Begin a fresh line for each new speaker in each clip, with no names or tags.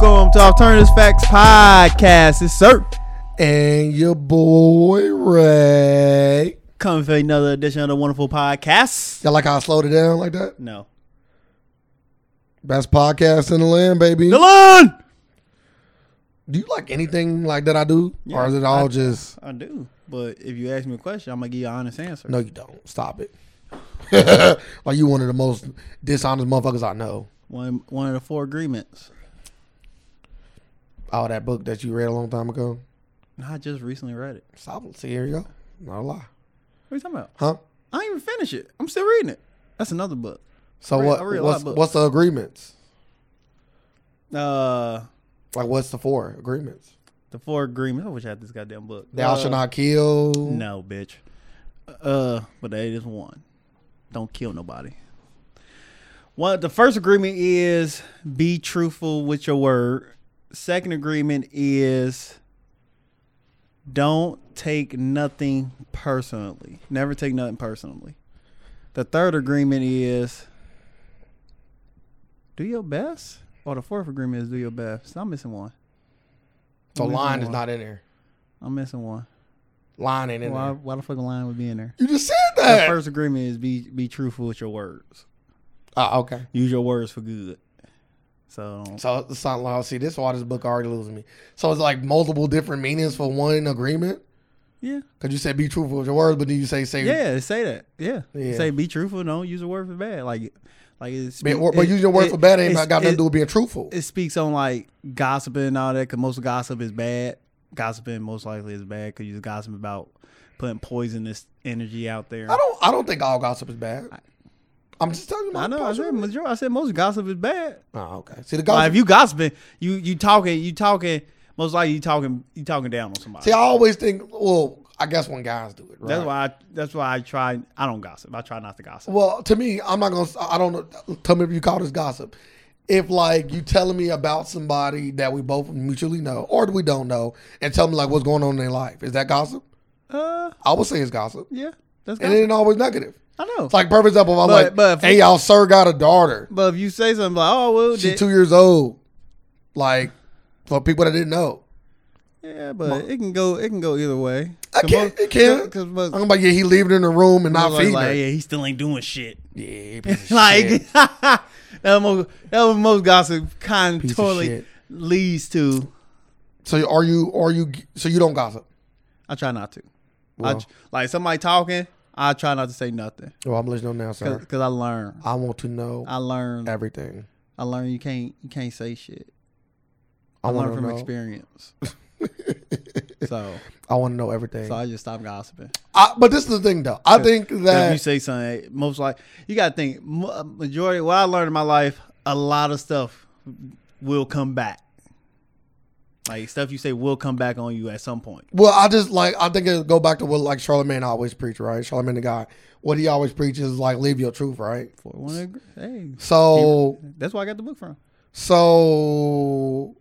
Alternatives Facts Podcast. It's Sir.
And your boy Ray.
Coming for another edition of the wonderful podcast.
Y'all like how I slowed it down like that?
No.
Best podcast in the land, baby.
Dylan!
Do you like anything like that I do? or is it all just
I do. But if you ask me a question, I'm going to give you an honest answer.
No you don't. Stop it. like you one of the most dishonest motherfuckers I know.
One, one of the four agreements.
All that book that you read a long time ago.
And I just recently read it.
Stop it. See, here you go. Not a lie.
What are you talking about?
Huh?
I ain't even finished it. I'm still reading it. That's another book.
So
read- I
what
read a lot
what's
of books.
what's the agreements?
Uh,
Like what's the four agreements?
The Four Agreements. I wish I had this goddamn book.
Thou
Uh,
shall not kill.
No, bitch. Uh, but that is one. Don't kill nobody. Well, the first agreement is be truthful with your word. Second agreement is don't take nothing personally. Never take nothing personally. The third agreement is do your best. Or the fourth agreement is do your best. I'm missing one.
So
Only
line is
one.
not in there.
I'm missing one.
Line ain't in
Why,
there.
why the fucking line would be in there?
You just said
The
that.
first agreement is be be truthful with your words.
oh, okay.
Use your words for good. So don't-
So it's not like, see, this is why this book already losing me. So it's like multiple different meanings for one agreement.
yeah,
Cause you said be truthful with your words, but then you say say
yeah, say that. Yeah,
Yeah.
say be truthful. Don't use a word for bad. Like, like it's.
But, but using your words for bad ain't got nothing to do with being truthful.
It speaks on like gossiping and all that. Cause most gossip is bad. Gossiping most likely is bad because you're gossiping about putting poisonous energy out there.
I don't I don't think all gossip is bad. I'm just telling you. My
I know. I said,
opinion.
major- I said most gossip is bad.
Oh, okay. See the
Like,
gossip.
if you gossiping, you you talking, you talking. Most likely, you talking, you talking down on somebody.
see, I always think. Well, I guess when guys do it, right?
That's why. I, that's why I try. I don't gossip. I try not to gossip.
Well, to me, I'm not gonna. I don't know. Tell me if you call this gossip. If like you telling me about somebody that we both mutually know or we don't know, and tell me like what's going on in their life, is that gossip?
Uh,
I would say it's gossip,
yeah, that's
and
gossip.
it ain't always negative.
I know.
It's like perfect example. If I'm
But-
like,
but if-
hey, y'all, sir, got a daughter.
but if you say something like, "Oh well,"
She
did-
two years old. Like for people that didn't know,
yeah, but it can go. It can go either way.
I can't. It can't.
Because
I'm like, yeah, he leaving in the room and not
like,
feeding
like,
her.
yeah, he still ain't doing shit.
Yeah, piece of shit.
Like that. Most, that was most gossip kind of
Piece of
totally
shit.
leads to.
So are you? Are you? So you don't gossip?
I try not to. I
Well.
tr- like somebody talking. I try not to say nothing
Oh, I'm listening now, sir.
because I learn.
I want to know
I learn.
everything.
I learn. You can't. You can't say shit.
I,
I
want
learned
to
from
know.
experience. so,
I want to know everything.
so I just stopped gossiping.
I, but this is the thing, though. I think
'Cause If you
that
say something, most like you got to think mo- majority. What I learned in my life, a lot of stuff will come back. Like stuff you say will come back on you at some point.
Well, I just like I think it go back to what like Charlemagne always preached, right? Charlemagne the guy, what he always preaches is like live your truth, right?
For one, ag- hey,
So
that's where I got the book from.
so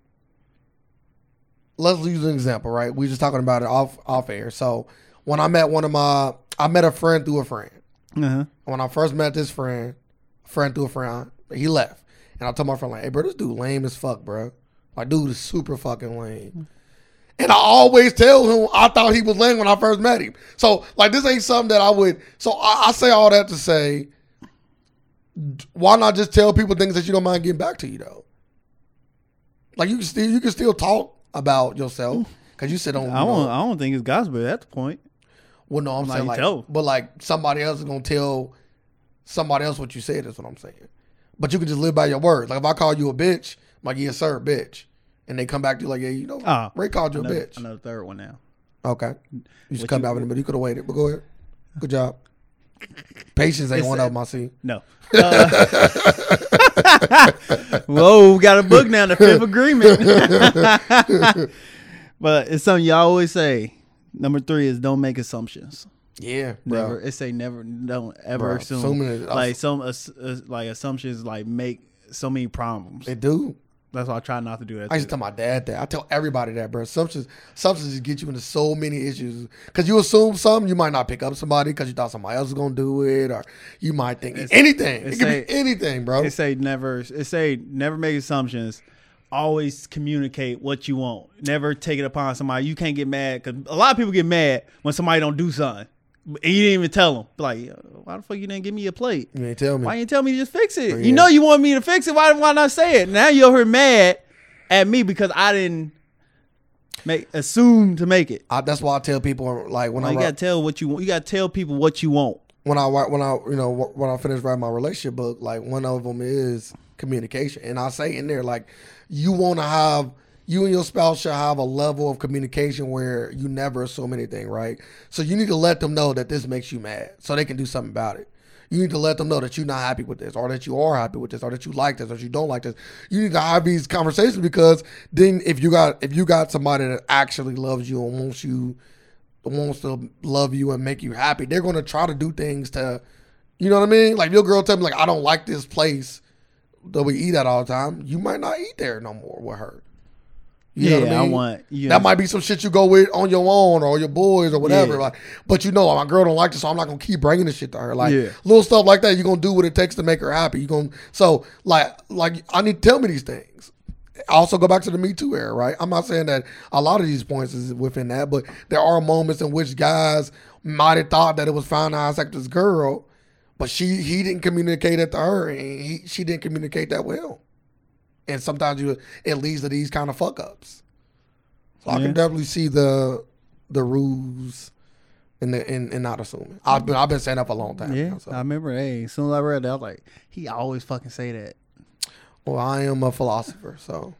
let's use an example, right? We just talking about it off off air. So when I met one of my I met a friend through a friend.
Uh-huh.
When I first met this friend, friend through a friend, he left. And I told my friend, like, hey bro, this dude lame as fuck, bro. My dude is super fucking lame. And I always tell him I thought he was lame when I first met him. So like this ain't something that I would so I, I say all that to say why not just tell people things that you don't mind getting back to you though? Like you can still you can still talk about yourself because you sit on.
I don't. I don't think it's gossip at that point.
Well, no, I'm
Like,
saying like,
tell.
but like somebody else is gonna tell somebody else what you said. Is what I'm saying. But you can just live by your words. Like if I call you a bitch, I'm like yes sir, bitch, and they come back to you like yeah, you know,
Ah,
Ray called you a
Another,
bitch.
another third one now.
Okay, you
What
should come
you-
back with it, but you could have waited. But go ahead, good job. Patience ain't one of them. I see.
No. Uh, whoa, we got a book now, the fifth agreement. but it's something you always say. Number three is don't make assumptions.
Yeah, bro.
Never. It say never. Don't ever
Bruh,
assume.
assuming is-
like some ass- uh, like assumptions like make so many problems.
It do.
That's why I try not to do that.
I used to tell my dad that. I tell everybody that, bro. Assumptions, assumptions just get you into so many issues because you assume something, you might not pick up somebody because you thought somebody else was gonna do it, or you might think anything. It
it's
could
a-
be anything, bro.
It say never. It say never make assumptions. always communicate what you want. Never take it upon somebody. You can't get mad because a lot of people get mad when somebody don't do something. But- And you didn't even tell them. Like, why the fuck you didn't give me a plate?
You ain't tell me.
Why you tell me to just fix it?
yeah.
You know you want me to fix it. Why why not say it? Now you're here mad at me because I didn't make assume to make it.
I, that's why I tell people like when
Like,
I
you
write-
gotta tell what you want. You gotta tell people what you want.
when I write- when I you know when I finish writing my relationship book, like one of them is communication, and I say in there like you want to have you and your spouse should have a level of communication where you never assume anything, right? So you need to let them know that this makes you mad, so they can do something about it. You need to let them know that you're not happy with this, or that you are happy with this, or that you like this, or that you don't like this. You need to have these conversations because then if you got if you got somebody that actually loves you and wants you wants to love you and make you happy, they're going to try to do things to, you know what I mean? Like if your girl tell me like I don't like this place that we eat at all the time. You might not eat there no more with her. You know
yeah,
what
I,
I mean?
want. Yeah.
That might be some shit you go with on your own or your boys or whatever.
Yeah.
Like, but you know, my girl don't like this, so I'm not gonna keep bringing this shit to her. Like
Yeah.
little stuff like that, you're gonna do what it takes to make her happy. You gonna so like like I need to tell me these things. I also go back to the Me Too era, right? I'm not saying that a lot of these points is within that, but there are moments in which guys might have thought that it was fine to dissect this girl, but she he didn't communicate it to her, and he, she didn't communicate that well. And sometimes you it leads to these kind of fuck ups. So I
Yeah.
can definitely see the the rules and the and, and not assuming. I've been I've been saying that for a long time.
yeah,
now, so.
I remember. Hey, as soon as I read that, I was like, he always fucking say that.
Well, I am a philosopher, so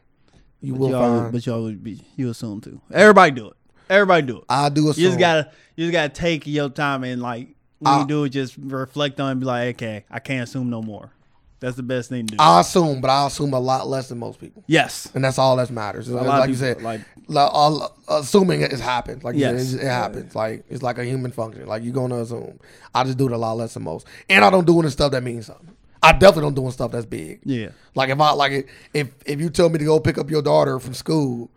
you will
you always,
find.
but you always be you assume too. Everybody do it. Everybody do it.
I do assume.
You just gotta you just gotta take your time and like when
I-
you do it, just reflect on it and be like, okay, I can't assume no more. That's the best thing to do.
I assume, but I assume a lot less than most people,
yes.
and that's all that matters. It's
A
Like,
lot of
you
people,
said,
like-
like, all- assuming it happens. Like you said,
Yes.
it's- it happens. Like it's like a human function. Like you're gonna assume. I just do it a lot less than most, and I don't do any stuff that means something. I definitely don't do any stuff that's big.
Yeah.
Like if I like if if you tell me to go pick up your daughter from school,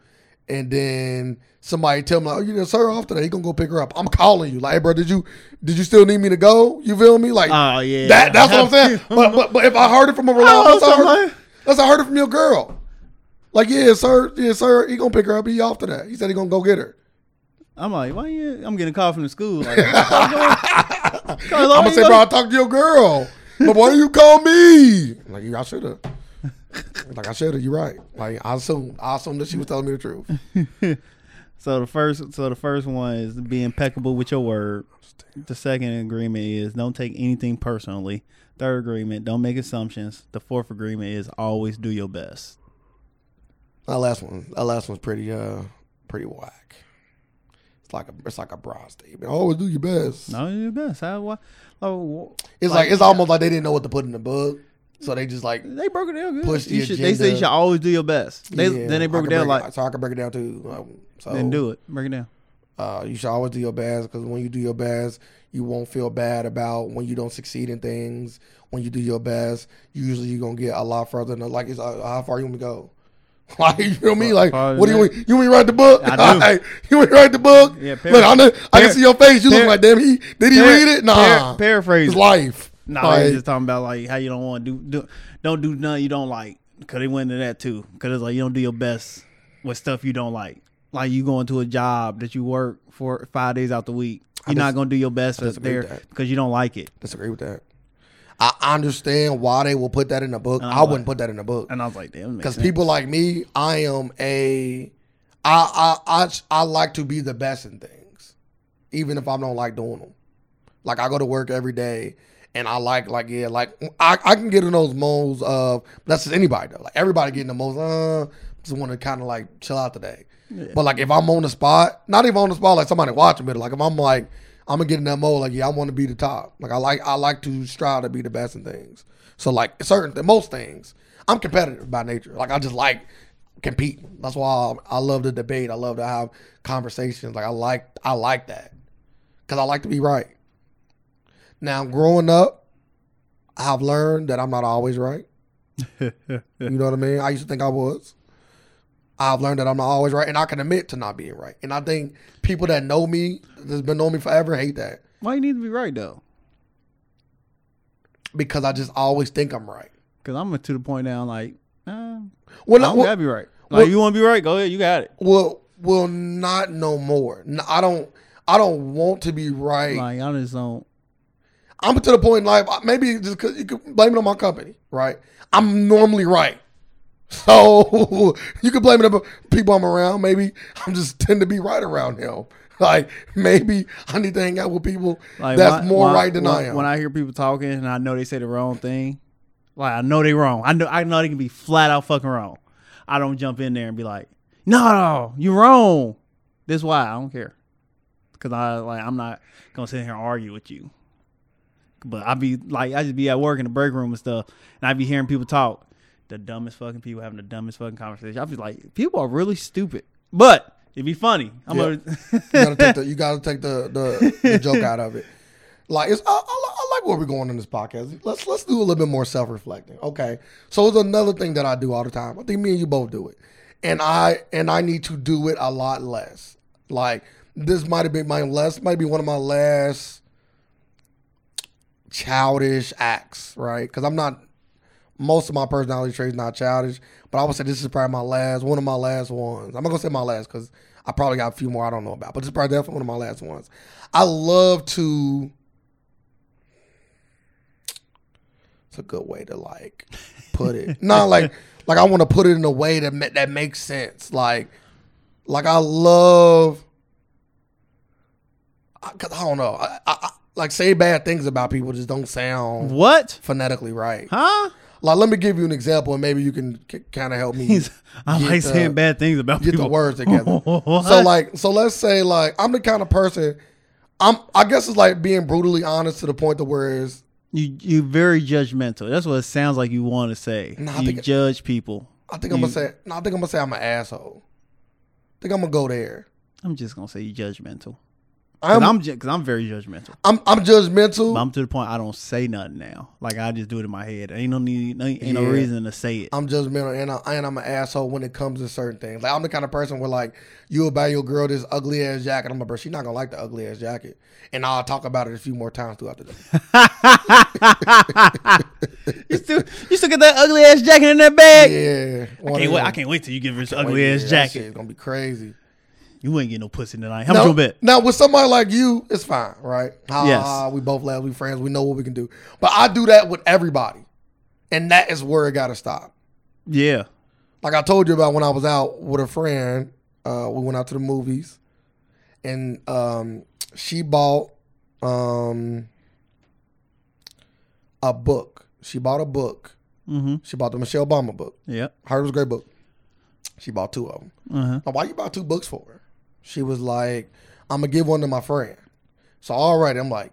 and then somebody tell me like, oh, you didn't serve her off today, you gonna go pick her up. I'm calling you like, hey, bro, did you did you still need me to go? You feel me? Like,
Oh, yeah.
that that's what I'm saying. but, but but if I heard it from a
Oh,
reliable, that's I heard,
somebody.
that's I heard it from your girl. Like, yeah, sir, yeah, sir, he gonna pick her up. He off today. He said he gonna go get her.
I'm like, why you I'm getting a call from the school. Like, I'm Oh,
I'm gonna say, bro, I talked to your girl. But why do you call me? I'm Like, I should have. Like I should have. You're right. Like I assume, I assume that she was telling me the truth.
So the first, so the first one is be impeccable with your word. The second agreement is don't take anything personally. Third agreement, don't make assumptions. The fourth agreement is always do your best.
That last one, that last one's pretty, uh, pretty whack. It's like a, it's like a broad statement. Always do your best.
No, do your best. How, why, oh, wh-
It's like, it's almost like they didn't know what to put in the book, so they just like
they broke it down good.
Push the
you should, they
agenda.
say you should always do your best. They,
Yeah,
then they broke
I
it
can
down
break
like,
so I can break it down too. Um, so
then do it. Break it down.
Uh, you should always do your best because when you do your best, you won't feel bad about when you don't succeed in things. When you do your best, usually you're gonna get a lot further. Than, like, it's, uh, how far you want to go? Like, you feel me? Like,
Far
what do you
than
want? You want me to write the book?
uh, I do.
Like, you want me to write the book?
Yeah, par-
Look, I, know, I
par-
can see your face. You look
par-
like, damn, he did he
Par-
read it? Nah,
par- paraphrase.
it's
it.
life.
No,
Like,
they just talking about like how you don't want to do, do don't do nothing you don't like. Cause they went into that too. Cause it's like you don't do your best with stuff you don't like. Like you going to a job that you work for five days out the week. You're not gonna do your best for
disagree
there
with that.
because you don't like it.
disagree with that. I understand why they will put that in the book. I
like-
wouldn't put that in the book.
And I was like, damn,
because people like me, I am a, I, I I I like to be the best in things, even if I don't like doing them. Like I go to work every day, and I like like yeah, like I, I can get in those modes of that's just anybody though. Like everybody getting the most. Uh, just want to kind of like chill out today. But like if I'm on the spot, not even on the spot, like somebody watching me. Like if I'm like I'm gonna get in that mode, like yeah, I want to be the top. Like I like I like to strive to be the best in things. So like certain th- most things, I'm competitive by nature. Like I just like competing. That's why I, I love the debate. I love to have conversations. Like I like I like that because I like to be right. Now growing up, I've learned that I'm not always right. You know what I mean? I used to think I was. I've learned that I'm not always right, and I can admit to not being right. And I think people that know me, that's been knowing me forever, hate that
why you need to be right though?
because I just always think I'm right.
Cause I'm to the point now like Uh,
Well,
I
not,
don't
well,
gotta be right. Like
well-
you want to be right? Go ahead. You got it.
well, well, not no more. No, I don't. I don't want to be right.
Like y'all just don't.
I'm to the point in life. Maybe just cause you could blame it on my company, right? I'm normally right, so you could blame it on people I'm around. Maybe I'm just tend to be right around them. Like maybe I need to hang out with people
Like
that's
when I-
more
when I-
right than
when,
I am.
When I hear people talking and I know they say the wrong thing, like I know they wrong. I know I know they can be flat out fucking wrong. I don't jump in there and be like, no, no, you wrong. This why I don't care, because I like I'm not gonna sit here and argue with you. But I be like I just be at work in the break room and stuff, and I be hearing people talk, the dumbest fucking people having the dumbest fucking conversation. I be like, people are really stupid, but it'd be funny. I'm
Yeah.
gonna.
you gotta take the you gotta take the the, the joke out of it. Like it's I, I, li- I like where we're going in this podcast. Let's let's do a little bit more self reflecting. Okay, so it's another thing that I do all the time. I think me and you both do it, and I and I need to do it a lot less. Like this might have been my last, might be one of my last childish acts, right? Because I'm not most of my personality traits not childish, but I would say this is probably my last one of my last ones. I'm not gonna say my last because I probably got a few more I don't know about, but this is probably definitely one of my last ones. I love to. It's a good way to like put it. Not like like I want to put it in a way that ma- that makes sense. Like like I love. I, 'cause I don't know. I, I, I, like say bad things about people just don't sound
what?
phonetically right.
Huh?
Like, let me give you an example, and maybe you can c- kind of help me
He's, I
Get
like
the-
saying bad things about
get
people.
the words together.
What?
so, like, so let's say, like, I'm the kind of person, I'm. I guess it's like being brutally honest to the point to where it's
you you very judgmental. That's what it sounds like you want to say.
Nah, I
you
think it-
judge people.
I think I'm
You-
gonna say. No, I think I'm gonna say I'm an asshole. I think I'm gonna go there.
I'm just gonna say you judgmental. Cause
I'm.
I'm
I'm.
ju- cause I'm very judgmental.
I'm,
But
judgmental. I'm,
I'm to the point I don't say nothing now. Like I just do it in my head. Ain't no need. Ain't, ain't
Yeah.
no reason to say it.
judgmental, and, I, and I'm an asshole when it comes to certain things. Like I'm the kind of person where like you buy your girl this ugly ass jacket. I'm like, bro, she's not gonna like the ugly ass jacket, and I'll talk about it a few more times throughout the day.
you still you still get that ugly ass jacket in that bag.
Yeah,
I,
one of
can't wait,
them.
I can't wait till you get this
Wait,
ugly
yeah,
ass
that
jacket.
shit gonna be crazy.
You ain't getting no pussy tonight. How much
Now,
you bet?
now with somebody like you, it's fine, right? Ha,
Yes.
ha, we both laugh, we friends, we know what we can do. But I do that with everybody, and that is where it got to stop.
Yeah.
Like I told you about when I was out with a friend, uh, we went out to the movies, and um, she bought um, a book. She bought a book.
Mm-hmm.
She bought the Michelle Obama book.
Yep.
Heard it was a great book. She bought two of them.
Uh-huh.
Now, why you buy two books for her? She was like, I'm gonna give one to my friend. So all right, I'm like,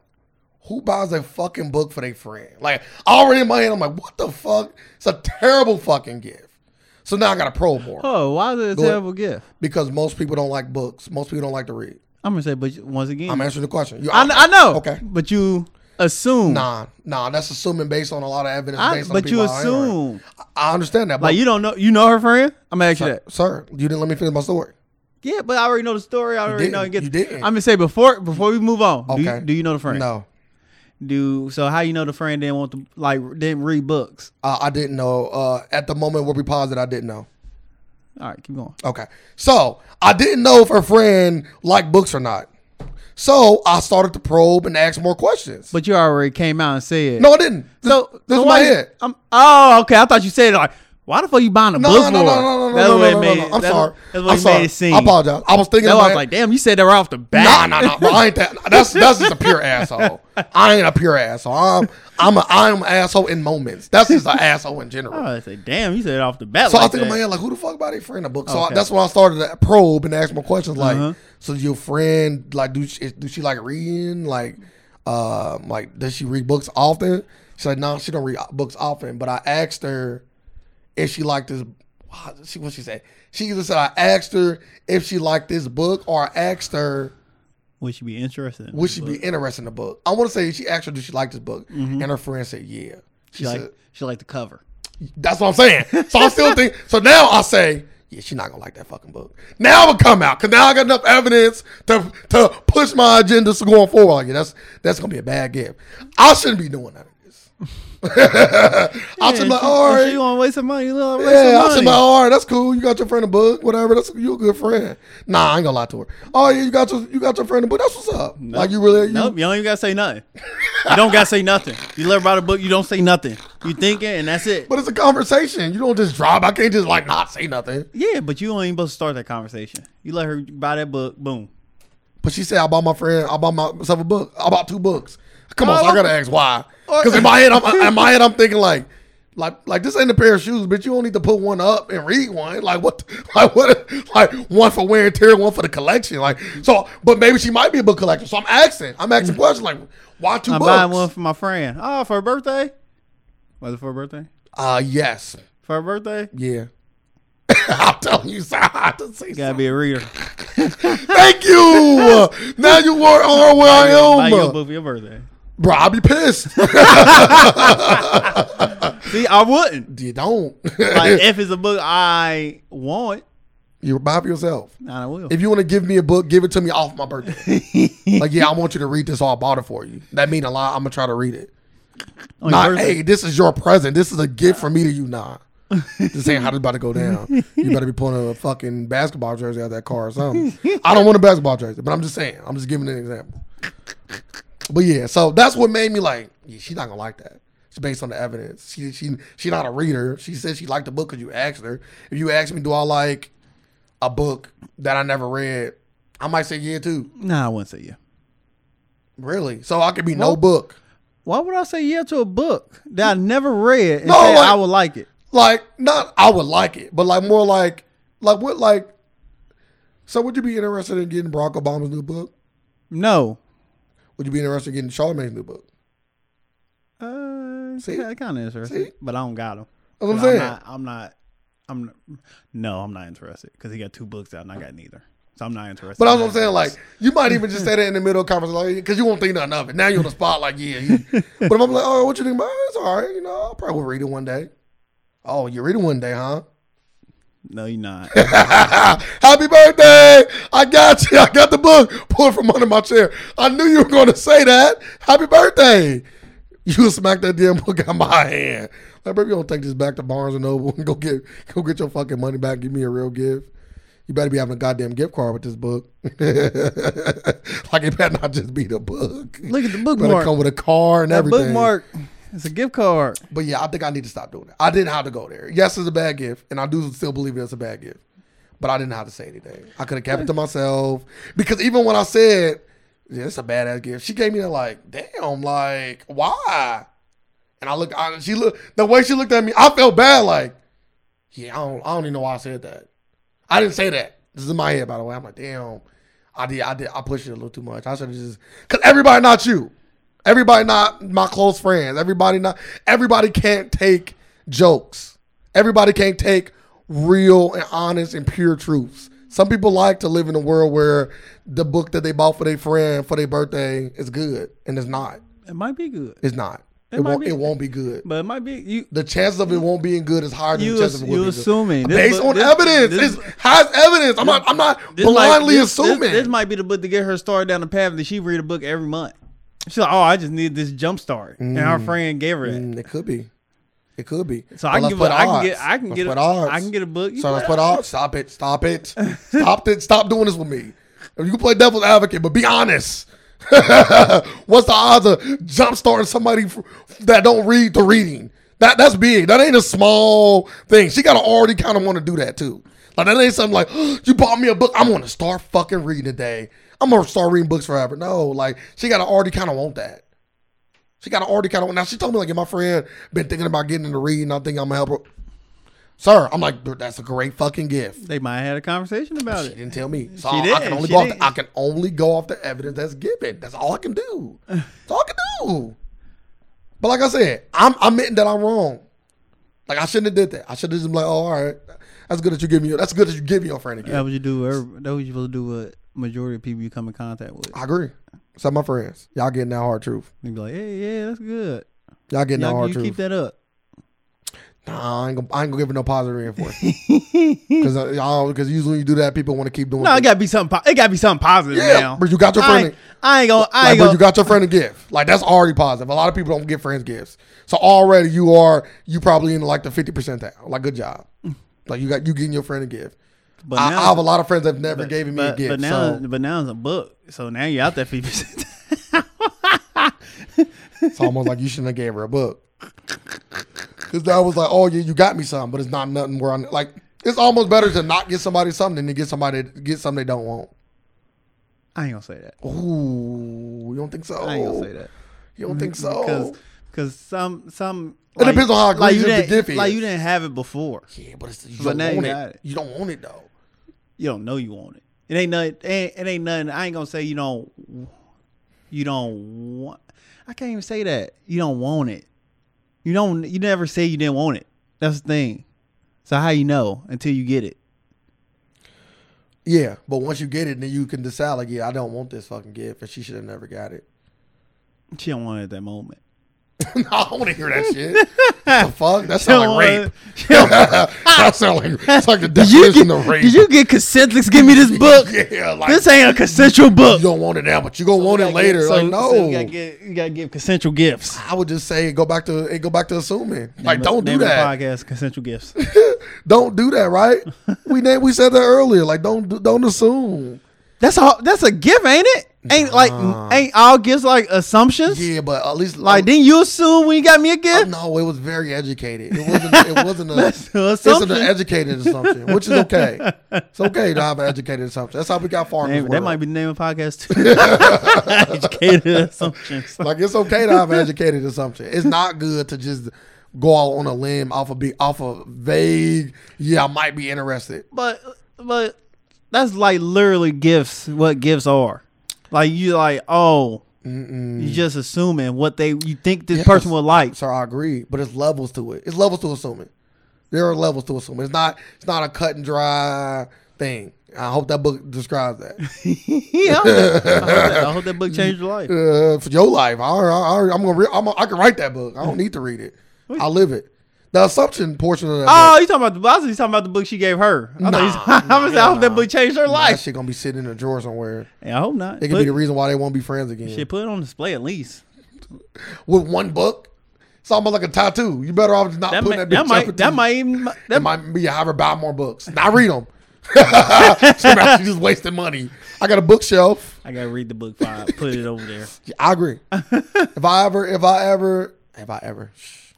who buys a fucking book for their friend? Like already in my head, I'm like, what the fuck? It's a terrible fucking gift. So now I got a pro more
Oh, why is it a
ahead.
terrible gift?
because most people don't like books. Most people don't like to read.
I'm gonna say, but you- once again,
I'm answering the question. You,
Mm. I, kn- I know.
Okay.
But you assume.
nah, nah, that's assuming based on a lot of evidence.
I-
based on
but you
people I ain't heard.
assume.
I understand that, but
Like you don't know. You know her friend. I'm gonna ask you that.
sir, you didn't let me finish my story.
Yeah, but I already know the story. I already
didn't.
know. It gets,
You didn't.
I'm gonna say before before we move on. Do you,
Okay.
do you know the friend?
No,
Do so? How you know the friend didn't want to like didn't read books?
uh, I didn't know. Uh, at the moment where we paused it, I didn't know.
All right, keep going.
Okay. So I didn't know if her friend liked books or not. So I started to probe and ask more questions.
But you already came out and said
no, I didn't. This,
So
this
so
is
why
my
you-
head.
I'm, oh, okay. I thought you said like, why the fuck you buying a
No,
book
no, no,
for? her?
no, no, no,
That's
no,
what
no,
it
no,
made.
no, I'm
that's,
sorry.
That's what
I'm
it
sorry.
made it seem.
I apologize. I was thinking
That's why I
about
was like, damn, you said they were off the
Nah,
bat.
nah, nah, bro. I ain't that. That's that's just a pure asshole. I ain't a pure asshole. I'm I'm a I'm an asshole in moments. That's just an asshole in general.
I was like, damn, you said it off the bat.
So I
like
think in
that.
my head, like, who the fuck about their friend a book? So I,
Okay.
that's when I started to probe and ask my questions, like,
Uh-huh.
so your friend, like, do she, do she like reading? Like, um, like, does she read books often? She's like, no, she don't read uh, books often. But I asked her if she liked this. wow, She what she said? She either said I asked her if she liked this book, or I asked her
Would she be interested? in
would
the
she
book? Mm-hmm.
be interested in the book. I want to say she asked her, do she like this book? And her friend said, yeah.
She
said-
like she like the cover.
That's what I'm saying. So I still think. So now I say, yeah, she's not gonna like that fucking book. Now I'm gonna come out because now I got enough evidence to to push my agenda going forward. Like, yeah, that's that's gonna be a bad gift. I shouldn't be doing that. niggas. I took my all
You
right.
want to waste some money? You wanna waste some
Yeah, I took
money.
my all right. That's cool. You got your friend a book, whatever. That's you a good friend. Nah, I ain't gonna lie to her. Oh yeah, you got your you got your friend a book. That's what's up. Like you really you,
Nope, you don't even gotta say nothing. You don't gotta say nothing. You learn about a book, you don't say nothing. You thinking, and that's it.
But it's a conversation. You don't just drop. I can't just like not say nothing.
Yeah, but you ain't supposed to start that conversation. You let her buy that book, boom.
But she said, I bought my friend, I bought myself a book. I bought two books. Come on,
Oh,
so I gotta
okay.
ask why.
Or-
Because in my head, I'm in my head, I'm thinking like, like, like this ain't a pair of shoes, but you don't need to put one up and read one. Like what? Like what? Like one for wear and tear, one for the collection. Like so, but maybe she might be a book collector. So I'm asking, I'm asking questions like, why 2
Mm. I'm
books?
buying one for my friend. Oh, for her birthday? Was it for her birthday?
Uh yes,
For her birthday?
yeah. I'm telling you, so I have to say
Gotta
something.
be a reader.
Thank you. now you are on where I am.
Buy you a book for your birthday.
Bro, I'll be pissed.
See, I wouldn't.
you don't.
Like, if it's a book I want,
you buy for yourself.
I will.
If you want to give me a book, give it to me off my birthday. like, yeah, I want you to read this, so I bought it for you. That mean a lot. I'm gonna try to read it.
On your
Not,
birthday.
hey, this is your present. This is a gift from me to you. Nah, this ain't how this about to go down. You better be pulling a fucking basketball jersey out of that car or something. I don't want a basketball jersey, but I'm just saying. I'm just giving an example. But yeah, so that's what made me like. Yeah, she's not gonna like that. It's based on the evidence. She she she not a reader. She said she liked the book because you asked her. If you ask me, do I like a book that I never read? I might say yeah too.
Nah, I wouldn't say yeah.
Really? So I could be no
Well-
book.
Why would I say yeah to a book that I never read and
No,
say
like-
I would like it?
like not I would like it, but like more like like what like so would you be interested in getting Barack Obama's new book?
No.
Would you be interested in getting Charlamagne's new book?
Uh,
See?
yeah, kind of interesting,
See?
but I don't got them.
That's what I'm saying.
not, I'm not. I'm n- no, I'm not interested because he got two books out and I got neither, so I'm not interested.
But that's
in
what I'm
that.
saying. Like you might even just say that in the middle of conversation, like because you won't think nothing of it. Now you're on the spot, like yeah. You, but if I'm like, oh, what you think about? it? It's all right. You know, I'll probably read it one day. Oh, you read it one day, huh?
no, you're not.
Happy birthday! I got you. I got the book. Pull it from under my chair. I knew you were going to say that. Happy birthday! You smack that damn book out of my hand. Like, baby, you don't take this back to Barnes and Noble and go get go get your fucking money back. Give me a real gift. You better be having a goddamn gift card with this book. like it better not just be the book.
Look at the
Better
bookmark.
come with a car and
that
everything.
bookmark. It's a gift card.
But yeah, I think I need to stop doing it. I didn't have to go there. Yes, it's a bad gift, and I do still believe it's a bad gift. But I didn't have to say anything. I could have kept it to myself because even when I said, "Yeah, it's a badass gift," she gave me that like, "Damn, like why?" And I looked. I, she looked the way she looked at me. I felt bad. Like, yeah, I don't. I don't even know why I said that. I didn't say that. This is in my head, by the way. I'm like, damn, I did. I did. I pushed it a little too much. I should have just because everybody not you. Everybody not my close friends. Everybody not everybody can't take jokes. Everybody can't take real and honest and pure truths. Some people like to live in a world where the book that they bought for their friend for their birthday is good and it's not.
It might be good,
It's not. It,
might
won't
be-
it won't be good.
but it might be you.
The chances of it won't being good is higher than
You
the chances
ass-
of it will
you
be
assuming.
good.
This
Based
book-
on
this-
evidence.
this-
it's has evidence. I'm not I'm not blindly
might, this-
assuming.
This, this might be the book to get her started down the path that she read a book every month. She's like, oh, I just need this jump start, and our friend gave her that.
Mm, it could be. It could be.
So I
But
can,
let's
give
put
a, I can get
odds.
I can
Let's
get
put
a, I
odds.
can get a book. You
So let's
put
put odds. Stop it. Stop it. Stop it. Stop doing this with me. You can play devil's advocate, but be honest. What's the odds of jump starting somebody f- that don't read the reading? That that's big. That ain't a small thing. She gotta already kind of want to do that too. Like that ain't something like you bought me a book. I'm gonna start fucking reading today. I'm gonna start reading books forever. No, like she gotta already kind of want that. She got an already kind of now. She told me like, "Yeah, my friend been thinking about getting into reading. I think I'm gonna help her." Sir, I'm like, "Dude, that's a great fucking gift.
They might have had a conversation about
She
it.
didn't tell me, so
She
I- I
didn't.
can only
She
go off.
didn't.
The, I can only go off the evidence that's given. That's all I can do. That's all I can do. But like I said, I'm I'm admitting that I'm wrong. Like I shouldn't have did that. I should have just been like, "Oh, all right, that's good that you give me. That's good that you give me your friend again."
That what you do. every- That what you supposed to do with majority of people you come in contact with.
I agree. Some of my friends, y'all getting that hard truth.
They be like, hey, yeah, that's good.
Y'all getting that
Y'all,
hard
you
truth.
keep that up.
Nah, I ain't gonna, I ain't gonna give it no positive reinforcement because because usually when you do that, people want to keep doing.
No,
it.
it gotta be something. Po- it gotta be something positive
Yeah,
now.
but you got your
I
friend
ain't, I ain't gonna. I
like,
ain't
bro,
gonna.
you got your friend a gift. Like that's already positive. A lot of people don't give friends gifts, so already you are you probably in like the fifty percentile. Like good job. Like you got you getting your friend a gift.
but
I,
now,
I have a lot of friends that have never given me a
but,
gift.
but now,
so
but now it's a book. So now you're out there fifty percent.
it's almost like you shouldn't have gave her a book. Because that was like, oh yeah, you got me something, but it's not nothing where I'm like. It's almost better to not get somebody something than to get somebody get something they don't want.
I ain't gonna say that.
Ooh, you don't think so?
I ain't gonna say that
You don't think so?
because because some some.
It depends on how
like you
egregious the
didn't,
gift is.
Like you didn't have it before.
yeah, but it's, you
But
don't
now you
want
got
it.
it.
You don't want it though.
You don't know you want it. It ain't nothing. It ain't, it ain't nothing. I ain't gonna say you don't. You don't want. I can't even say that. You don't want it. You don't. You never say you didn't want it. That's the thing. So how you know until you get it?
Yeah, but once you get it, then you can decide like, yeah, I don't want this fucking gift, and she should have never got it.
She don't want it at that moment.
no, I don't want to hear that shit. What the fuck? That sounds
Don't want
like rape.
it. She don't-
that sounds like it's like the
Did uh, you
definition of
get,
rape.
did you get consent? Let's give me this book.
yeah, like
This ain't a consensual book.
you don't want it now, but you gonna want it later. like no,
so you, gotta get, you gotta give consensual gifts.
I would just say go back to eh, go back to assuming. Like
Name of-
don't do
name of the
that.
podcast consensual gifts.
Don't do that. Right? we na- we said that earlier. Like don't do- don't assume.
That's all. That's a gift, ain't it? Ain't like ain't all gifts like assumptions.
Yeah, but at least oh,
Like didn't you assume when you got me a gift?
No, it was very educated. It wasn't. It wasn't a.
That's an
it's an
assumption.
educated assumption, which is okay. It's okay to have an educated assumption. That's how we got far. in
Name-
this
that
world.
might be the name of the podcast too. Educated assumptions.
like it's okay to have an educated assumption. It's not good to just go out on a limb off of be off of vague. Yeah, I might be interested.
But but that's like literally gifts. What gifts are? Like you like oh. You just assuming what they you think this person will like.
Sir, I agree, but it's levels to it. It's levels to assuming. There are levels to assuming. It's not. It's not a cut and dry thing. I hope that book describes that.
yeah, I hope, that, I, hope that, I hope that book changed your life.
uh, for your life. I, I, I, am gonna. Re- I'm gonna- I can write that book. I don't need to read it. I live it. The assumption portion of that.
Oh,
book,
you talking about the? I was talking about the book she gave her. I, thought you was-
Nah,
I was. I
hell
hope that
nah.
book changed her
nah,
life.
That shit gonna be sitting in a drawer somewhere.
Yeah, I hope not.
It could
Put-
be the reason why they won't be friends again.
Shit, put it on display at least.
With one book, it's almost like a tattoo. You better off just not
That,
putting
might,
that.
that
bitch
might
up
that might even
That
that,
might be however buy more books. Not read them. Somebody just wasting money. I got a bookshelf.
I gotta read the book five. Put it over there.
Yeah, I agree. if I ever, if I ever, if I ever, shh.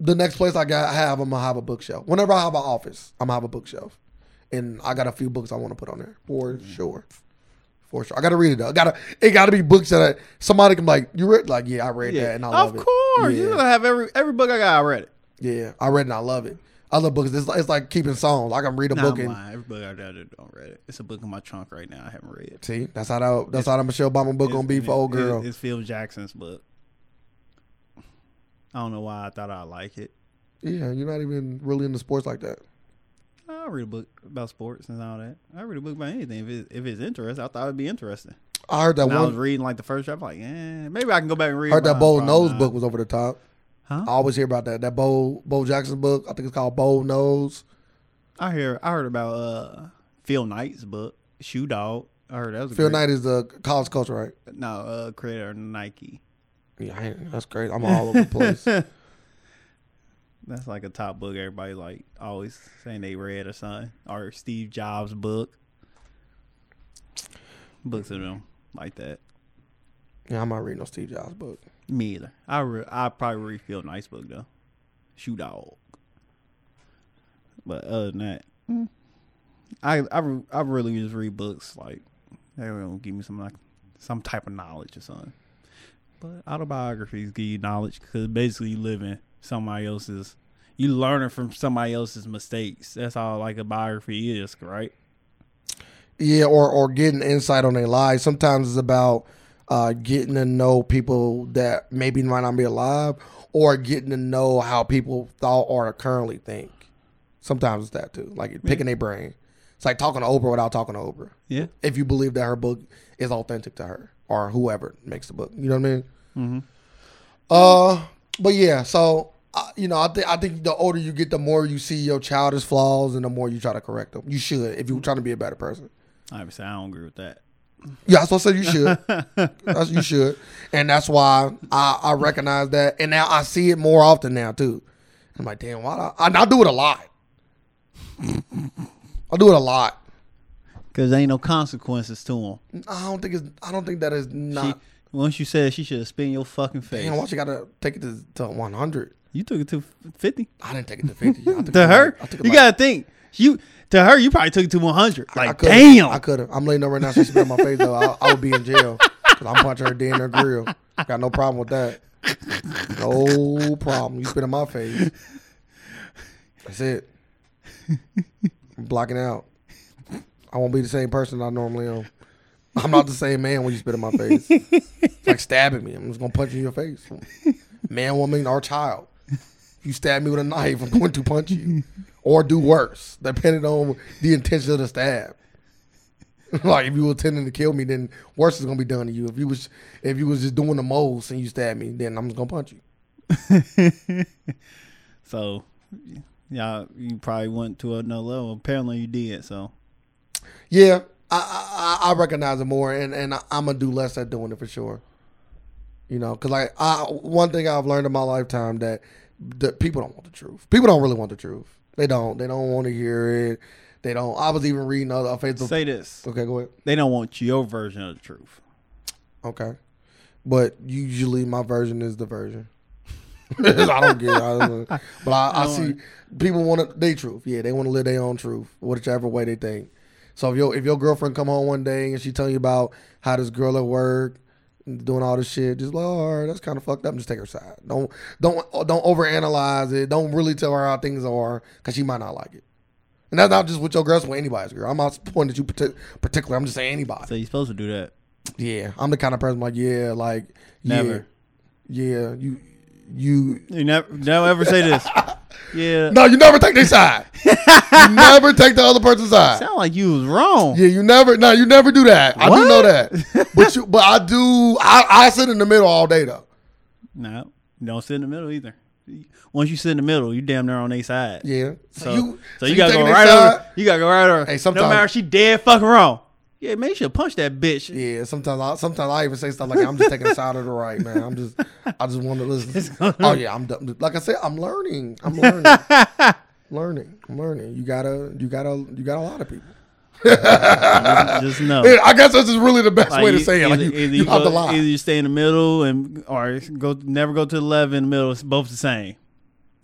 the next place I got I have, I'm gonna have a bookshelf. Whenever I have an office, I'm gonna have a bookshelf, and I got a few books I want to put on there for
Mm-hmm.
sure. For sure, I gotta read it though. I gotta, it gotta be books that I, somebody can be like. You read like, yeah, I read that, and I love
of
it.
course,
yeah,
you gotta have every every book I got. I read it.
yeah, I read and I love it. I love books. It's like, it's like keeping songs. I can read a
Nah,
book
I'm
and
lying. Every book I got, I don't read it. It's a book in my trunk right now. I haven't read it.
see. That's how that, that's how that Michelle Obama book gonna be
It's-
for old
it's-
girl.
It's, Phil Jackson's book. I don't know why I thought I like it.
yeah, you're not even really into sports like that.
I read a book about sports and all that. I read a book about anything if it, if it's interesting. I thought it'd be interesting.
I heard that
And I was
one.
reading like the first chapter, like, eh, maybe I can go back and read.
heard that
mine.
bold
Probably
nose
not.
book was over the top.
Huh?
I always hear about that. That Bo Bo Jackson book. I think it's called Bold Nose.
I hear I heard about uh Phil Knight's book, Shoe Dog. I heard that was a
Phil
great-
Knight is the college coach, right?
No, uh, creator of Nike.
Yeah, I ain't- that's great. I'm all over the place.
That's like a top book everybody like always saying they read or something. Or Steve Jobs book. Books of them like that.
Yeah, I'm not reading no Steve Jobs book.
Me either. I re- I probably read Phil Knight's book though. Shoe Dog. But other than that, mm, I I re- I really just read books like they don't give me some like some type of knowledge or something. But autobiographies give you knowledge because basically you live in somebody else's. You learning from somebody else's mistakes. That's all like a biography is, right?
Yeah, or or getting insight on their lives. Sometimes it's about uh, getting to know people that maybe might not be alive, or getting to know how people thought or currently think. Sometimes it's that too, like picking their brain. It's like talking to Oprah without talking to Oprah.
Yeah.
if you believe that her book is authentic to her or whoever makes the book. You know what I mean?
Mhm.
Uh, but yeah, so I- you know, I think I think the older you get, the more you see your childish flaws, and the more you try to correct them. You should, if you're trying to be a better person.
Obviously, I don't agree with that.
Yeah, that's what I said. You should. that's, you should, and that's why I, I recognize that, and now I see it more often now too. I'm like, damn, why? do I, and I do it a lot. I do it a lot.
Because ain't no consequences to him.
I don't think it's. I don't think that is
She,
not.
once you said it, she should have spin your fucking face.
damn, why she gotta take it to, to 100?
You took it to 50.
I didn't take it to 50. I took it
To her,
like- I took it
you
like-
got to think. You To her, you probably took it to 100.
I
Like,
could've-
damn.
I could have. I'm letting her right now. She spit in my face though. I, I would be in jail because I'm punching her dead in her grill. Got no problem with that. No problem. You spit in my face. That's it. I'm blocking out. I won't be the same person I normally am. I'm not the same man when you spit in my face. It's like stabbing me. I'm just gonna punch you in your face. Man, woman, or child. You stab me with a knife, I'm going to punch you. Or do worse, depending on the intention of the stab. like if you were intending to kill me, then worse is gonna be done to you. If you was if you was just doing the most and you stab me, then I'm just gonna punch you.
So, yeah, you probably went to another level. Apparently, you did. So,
Yeah, I I, I I recognize it more, and and I, I'm gonna do less at doing it for sure. You know, because like I one thing I've learned in my lifetime that the people don't want the truth. People don't really want the truth. They don't. They don't want to hear it. They don't. I was even reading other Facebook.
say this:
okay, go ahead.
they don't want your version of the truth.
Okay. But usually my version is the version. I don't get it. I don't know. But I, I
No
see people want to they truth. Yeah, they want to live their own truth, whichever way they think. So if your if your girlfriend come home one day and she tell you about how this girl at work doing all this shit, just like, all right, that's kind of fucked up. Just take her side. Don't don't don't overanalyze it. Don't really tell her how things are because she might not like it. And that's not just with your girlfriend, anybody's girl. I'm not pointing at you partic- particularly. I'm just saying anybody.
So you're supposed to do that.
Yeah, I'm the kind of person like yeah, like
Never.
Yeah, yeah you you
You never, never ever say this. Yeah,
no, you never take their side. you never take the other person's side.
sound like you was wrong.
Yeah, you never. No, you never do that. I
What?
do know that, but you, but I do. I, I sit in the middle all day though.
No, don't sit in the middle either. Once you sit in the middle, you damn near on their side.
Yeah. So,
So, so you,
you so
gotta
taking
go
their
right
side?
over. You gotta go right over.
Hey,
no
sometime-
matter if she dead fucking wrong. Yeah, maybe she'll punch that bitch.
Yeah, sometimes I sometimes I even say stuff like I'm just taking the side of the right, man. I'm just I just want to listen. oh yeah, I'm done. like I said, I'm learning. I'm learning. learning. I'm learning. You gotta you gotta you got a lot of people.
Just know.
Yeah, I guess this is really the best
Um, Like,
way to
you-
say it. Like you,
either- either
you
you
have to
go-
lie.
Either you stay in the middle and or go never go to the left in the middle. It's both the same.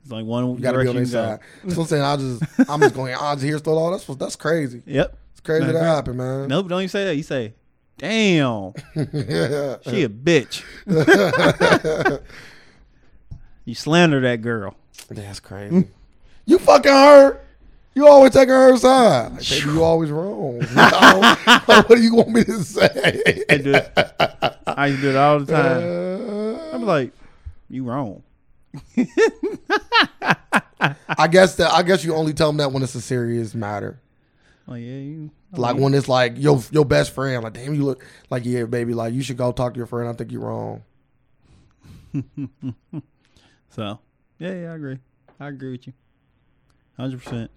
It's like one
you gotta be on
direction
their
you go.
side. That's what I'm saying. I just I'm just going odds here still all that's that's crazy.
Yep.
It's crazy
Matter
that
of fact-
happened, man.
Nope. Don't you say that. You say, "Damn,
yeah.
she a bitch." you slander that girl.
That's crazy. you fucking her. You always taking her side. Like, baby, you always wrong. No. what do you want me to say?
I do it. I used to do it all the time. I'm
Uh,
like, "You wrong."
I guess that I guess you only tell them that when it's a serious matter.
Like, yeah, you.
Like
Mm-hmm.
when it's like your your best friend, like damn, you look like yeah, baby, like you should go talk to your friend. I think you're wrong.
So, yeah, yeah, I agree. I agree with you. Hundred percent.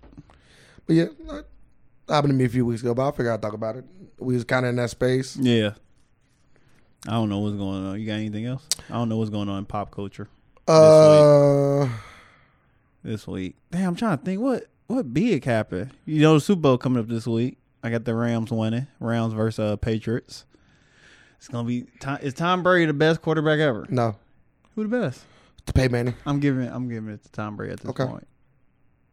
But yeah, that happened to me a few weeks ago, but I figured I'd talk about it. We was kind of in that space.
Yeah. I don't know what's going on. You got anything else? I don't know what's going on in pop culture
Uh,
this week. Damn, I'm trying to think what what big happened. You know, the Super Bowl coming up this week. I got the Rams winning. Rams versus uh, Patriots. It's gonna be. Tom, is Tom Brady the best quarterback ever?
no,
Who the best?
to pay Manning.
I'm giving it. I'm giving it to Tom Brady at this
Okay.
point.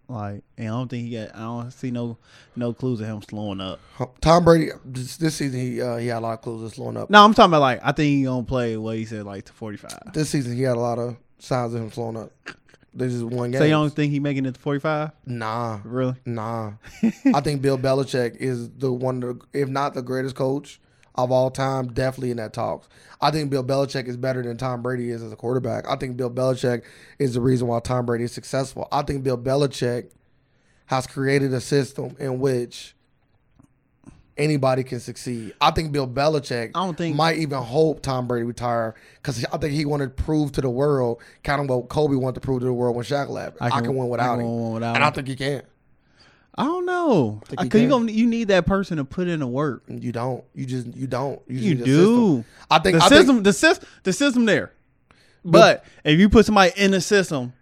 Like, and I don't think he got. I don't see no no clues of him slowing up.
Tom Brady this, this season he uh, he had a lot of clues that's slowing up.
No, I'm talking about like I think he gonna play what he said like to 45.
This season he had a lot of signs of him slowing up. This is one game.
So you don't think he making it to 45?
nah,
Really?
nah. I think Bill Belichick is the one, of the, if not the greatest coach of all time, definitely in that talks. I think Bill Belichick is better than Tom Brady is as a quarterback. I think Bill Belichick is the reason why Tom Brady is successful. I think Bill Belichick has created a system in which anybody can succeed. I think Bill Belichick
I don't think-
might even hope Tom Brady retire because I think he wanted to prove to the world kind of what Kobe wanted to prove to the world when Shaq left. I
I
can,
can-
win
I
without
can
him,
win without
and I
him.
think he can.
I don't know.
Think he
Because you
can.
gonna you need that person to put in the work.
You don't. You just you don't. just
You
need a system.
do.
I think
The
I
system,
Think,
the system, the system there. But if you put somebody in the system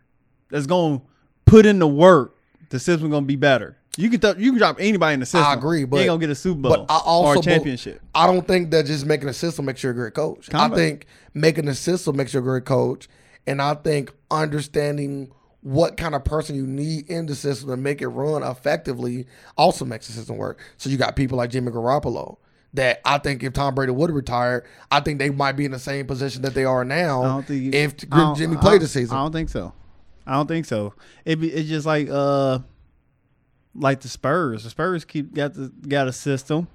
that's gonna put in the work, the system gonna be better. You can th- you can drop anybody in the system.
agree,
You
but-
ain't gonna get a Super Bowl
but I also
or a
bel-
championship.
I don't think that just making a system makes you a great coach. I
Combat.
think making a system makes you a great coach, and I think understanding what kind of person you need in the system to make it run effectively also makes the system work. So you got people like Jimmy Garoppolo that I think if Tom Brady would have retired, I think they might be in the same position that they are now.
I don't think you-
if
I don't-
Jimmy
I
played
don't-
the season,
I don't think so. I don't think so. It be, it's just like uh, like the Spurs. The Spurs keep got the got a system,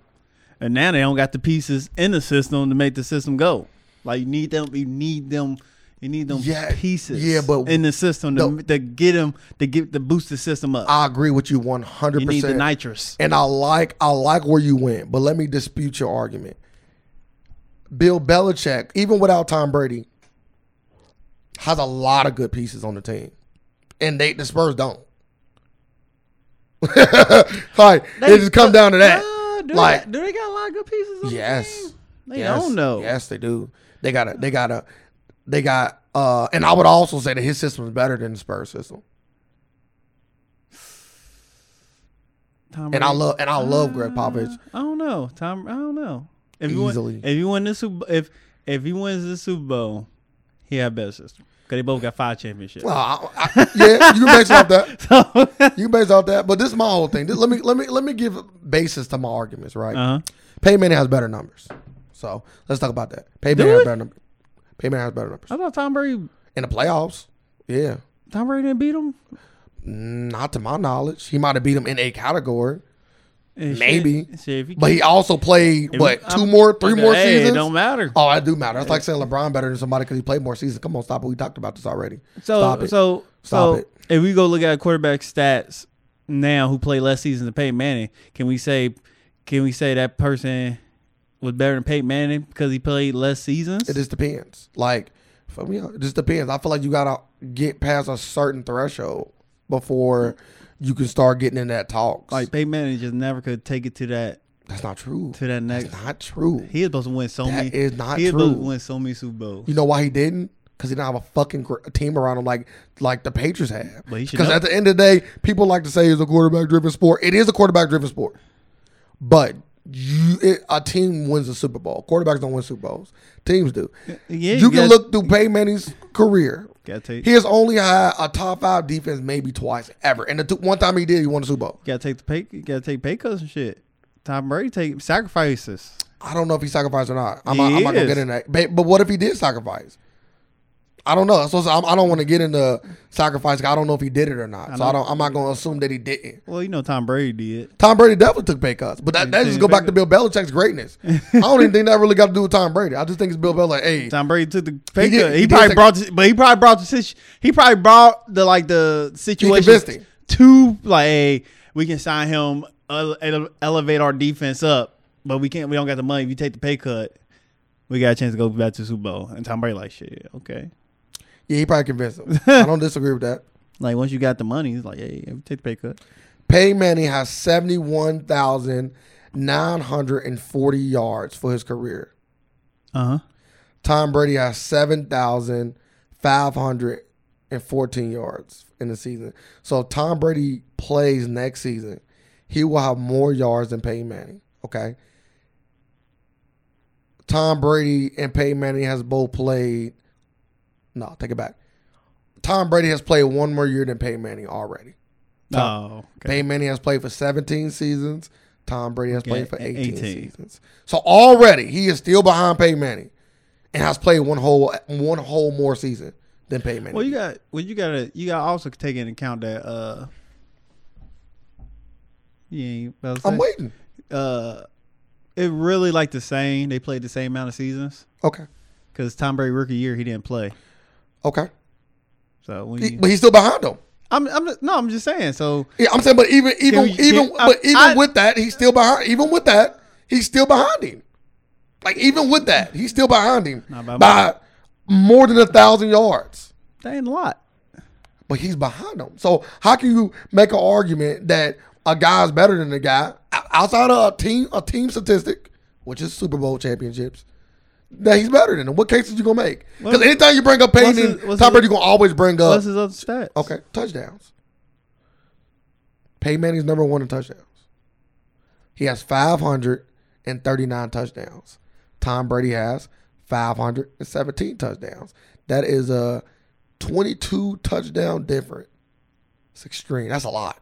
and now they don't got the pieces in the system to make the system go. Like you need them. You need them. You need them
Yeah,
pieces.
yeah, but
in the system to, to get them to get to boost the system up.
I agree with you one hundred
you need the
percent.
nitrous.
and I like I like where you went, but let me dispute your argument. Bill Belichick, even without Tom Brady, has a lot of good pieces on the team, and they the Spurs don't. like it just come down to that.
Uh, do,
like
they, do they got a lot of good pieces? On
Yes.
The team? They
Yes.
don't know.
Yes, they do. They got a they got a they got uh and I would also say that his system is better than the Spurs system.
Tom
And I
Brady-
love and I love Greg
Ah.
Popovich.
I don't know, Tom. I don't know. If you
Easily.
win, if you win this, if if he wins the Super Bowl, he had better system because they both got five championships.
Well, I, I, yeah, you can base it off that.
So, uh-huh.
You can base it off that. But this is my whole thing. This- let me let me let me give basis to my arguments, right?
uh-huh.
Peyton Manning has better numbers. So let's talk about that. Peyton
Do
Manning has
it?
better numbers. Peyton Manning has better numbers.
I thought Tom Brady,
In the playoffs, yeah.
Tom Brady didn't beat him.
Not to my knowledge. He might have beat him in a category.
And shit-
Maybe.
shit, if he
But he also played
if-
what, 2
I'm-
more, three more
hey,
seasons?
It don't matter.
Oh, I do matter. It's like saying LeBron better than somebody because he played more seasons. Come on, stop it. We talked about this already.
So
stop it.
so so
Stop it.
if we go look at quarterback stats now, who play less seasons than Peyton Manning, can we say can we say that person was better than Peyton Manning because he played less seasons?
It just depends. Like, fuck me up. It just depends. I feel like you gotta get past a certain threshold before you can start getting in that talk.
Like Peyton Manning just never could take it to that
that's not true.
to that next.
That's not true.
He is supposed to win so many.
That is not
he is supposed to
true.
win so many Super Bowls.
You know why he didn't? Because he didn't have a fucking gr- team around him like like the Patriots have.
But he should
Because
know.
at the end of the day, people like to say it's a quarterback driven sport. It is a quarterback driven sport, but. You, it, a team wins a Super Bowl. Quarterbacks don't win Super Bowls. Teams do.
Yeah,
you
got-
can look through Peyton Manning's career.
Gotta take,
He has only had a top five defense maybe twice ever, and the two, one time he did, he won the Super Bowl.
gotta take the pay. Gotta take pay cuts and shit. Tom Brady take sacrifices.
I don't know if he sacrificed or not. I'm,
He
not, I'm not gonna
is.
get into that. But, but what if he did sacrifice? I don't know. That's what I'm, I don't want to get into sacrifice. I don't know if he did it or not. so I
know.
don't. I'm not gonna assume that he didn't.
Well, you know Tom Brady did.
Tom Brady definitely took pay cuts, but that,
He
that
took
just go
pay
back to Bill Belichick's greatness. I don't even think that really got to do with Tom Brady. I just think it's Bill Belichick. Hey,
Tom Brady took the pay
He did-
cut. He,
he did
probably
take-
brought, the, but he probably brought the situation. He probably brought the like the
convinced
situation
him.
to like hey, we can sign him, ele- ele- elevate our defense up, but we can't. We don't got the money. If you take the pay cut, we got a chance to go back to the Super Bowl. And Tom Brady like shit. Okay.
yeah, he probably convinced him. I don't disagree with that.
Like once you got the money, it's like, hey, take the pay cut.
Peyton Manning has 71,940 yards for his career.
Uh huh.
Tom Brady has 7,514 yards in the season. So if Tom Brady plays next season, he will have more yards than Peyton Manning. Okay. Tom Brady and Peyton Manning has both played. No, take it back. Tom Brady has played one more year than Peyton Manning already.
Oh, okay.
Peyton Manning has played for 17 seasons. Tom Brady has played for
a-
18,
18.
seasons. So already he is still behind Peyton Manning, and has played one whole one whole more season than Peyton Manning.
Well, you got well, you gotta you gotta also take into account that uh, you ain't about to
I'm
say-
waiting.
uh, it really like the same. They played the same amount of seasons
Okay,
because Tom Brady rookie year he didn't play.
okay,
So when
He-
you,
but he's still behind him.
I'm I'm just- no I'm just saying. So
Yeah, I'm saying, but even even
we-
even
can-
but
I-
even
I-
with that, he's still behind. Even with that, he's still behind him. Like even with that, he's still behind him
Not by
by more than a thousand yards.
That ain't a lot.
But he's behind him. So how can you make an argument that a guy's better than the guy o- outside of a team a team statistic, which is Super Bowl championships? That he's better than him. What cases you gonna make? Because
What's-
anytime you bring up
what's
Peyton,
his- what's
top
his-
you you gonna always bring up
What's his other stats?
Uh, Okay, touchdowns. Peyton Manning's number one in touchdowns. He has 539 touchdowns. Tom Brady has 517 touchdowns. That is a 22 touchdown difference. It's extreme. That's a lot.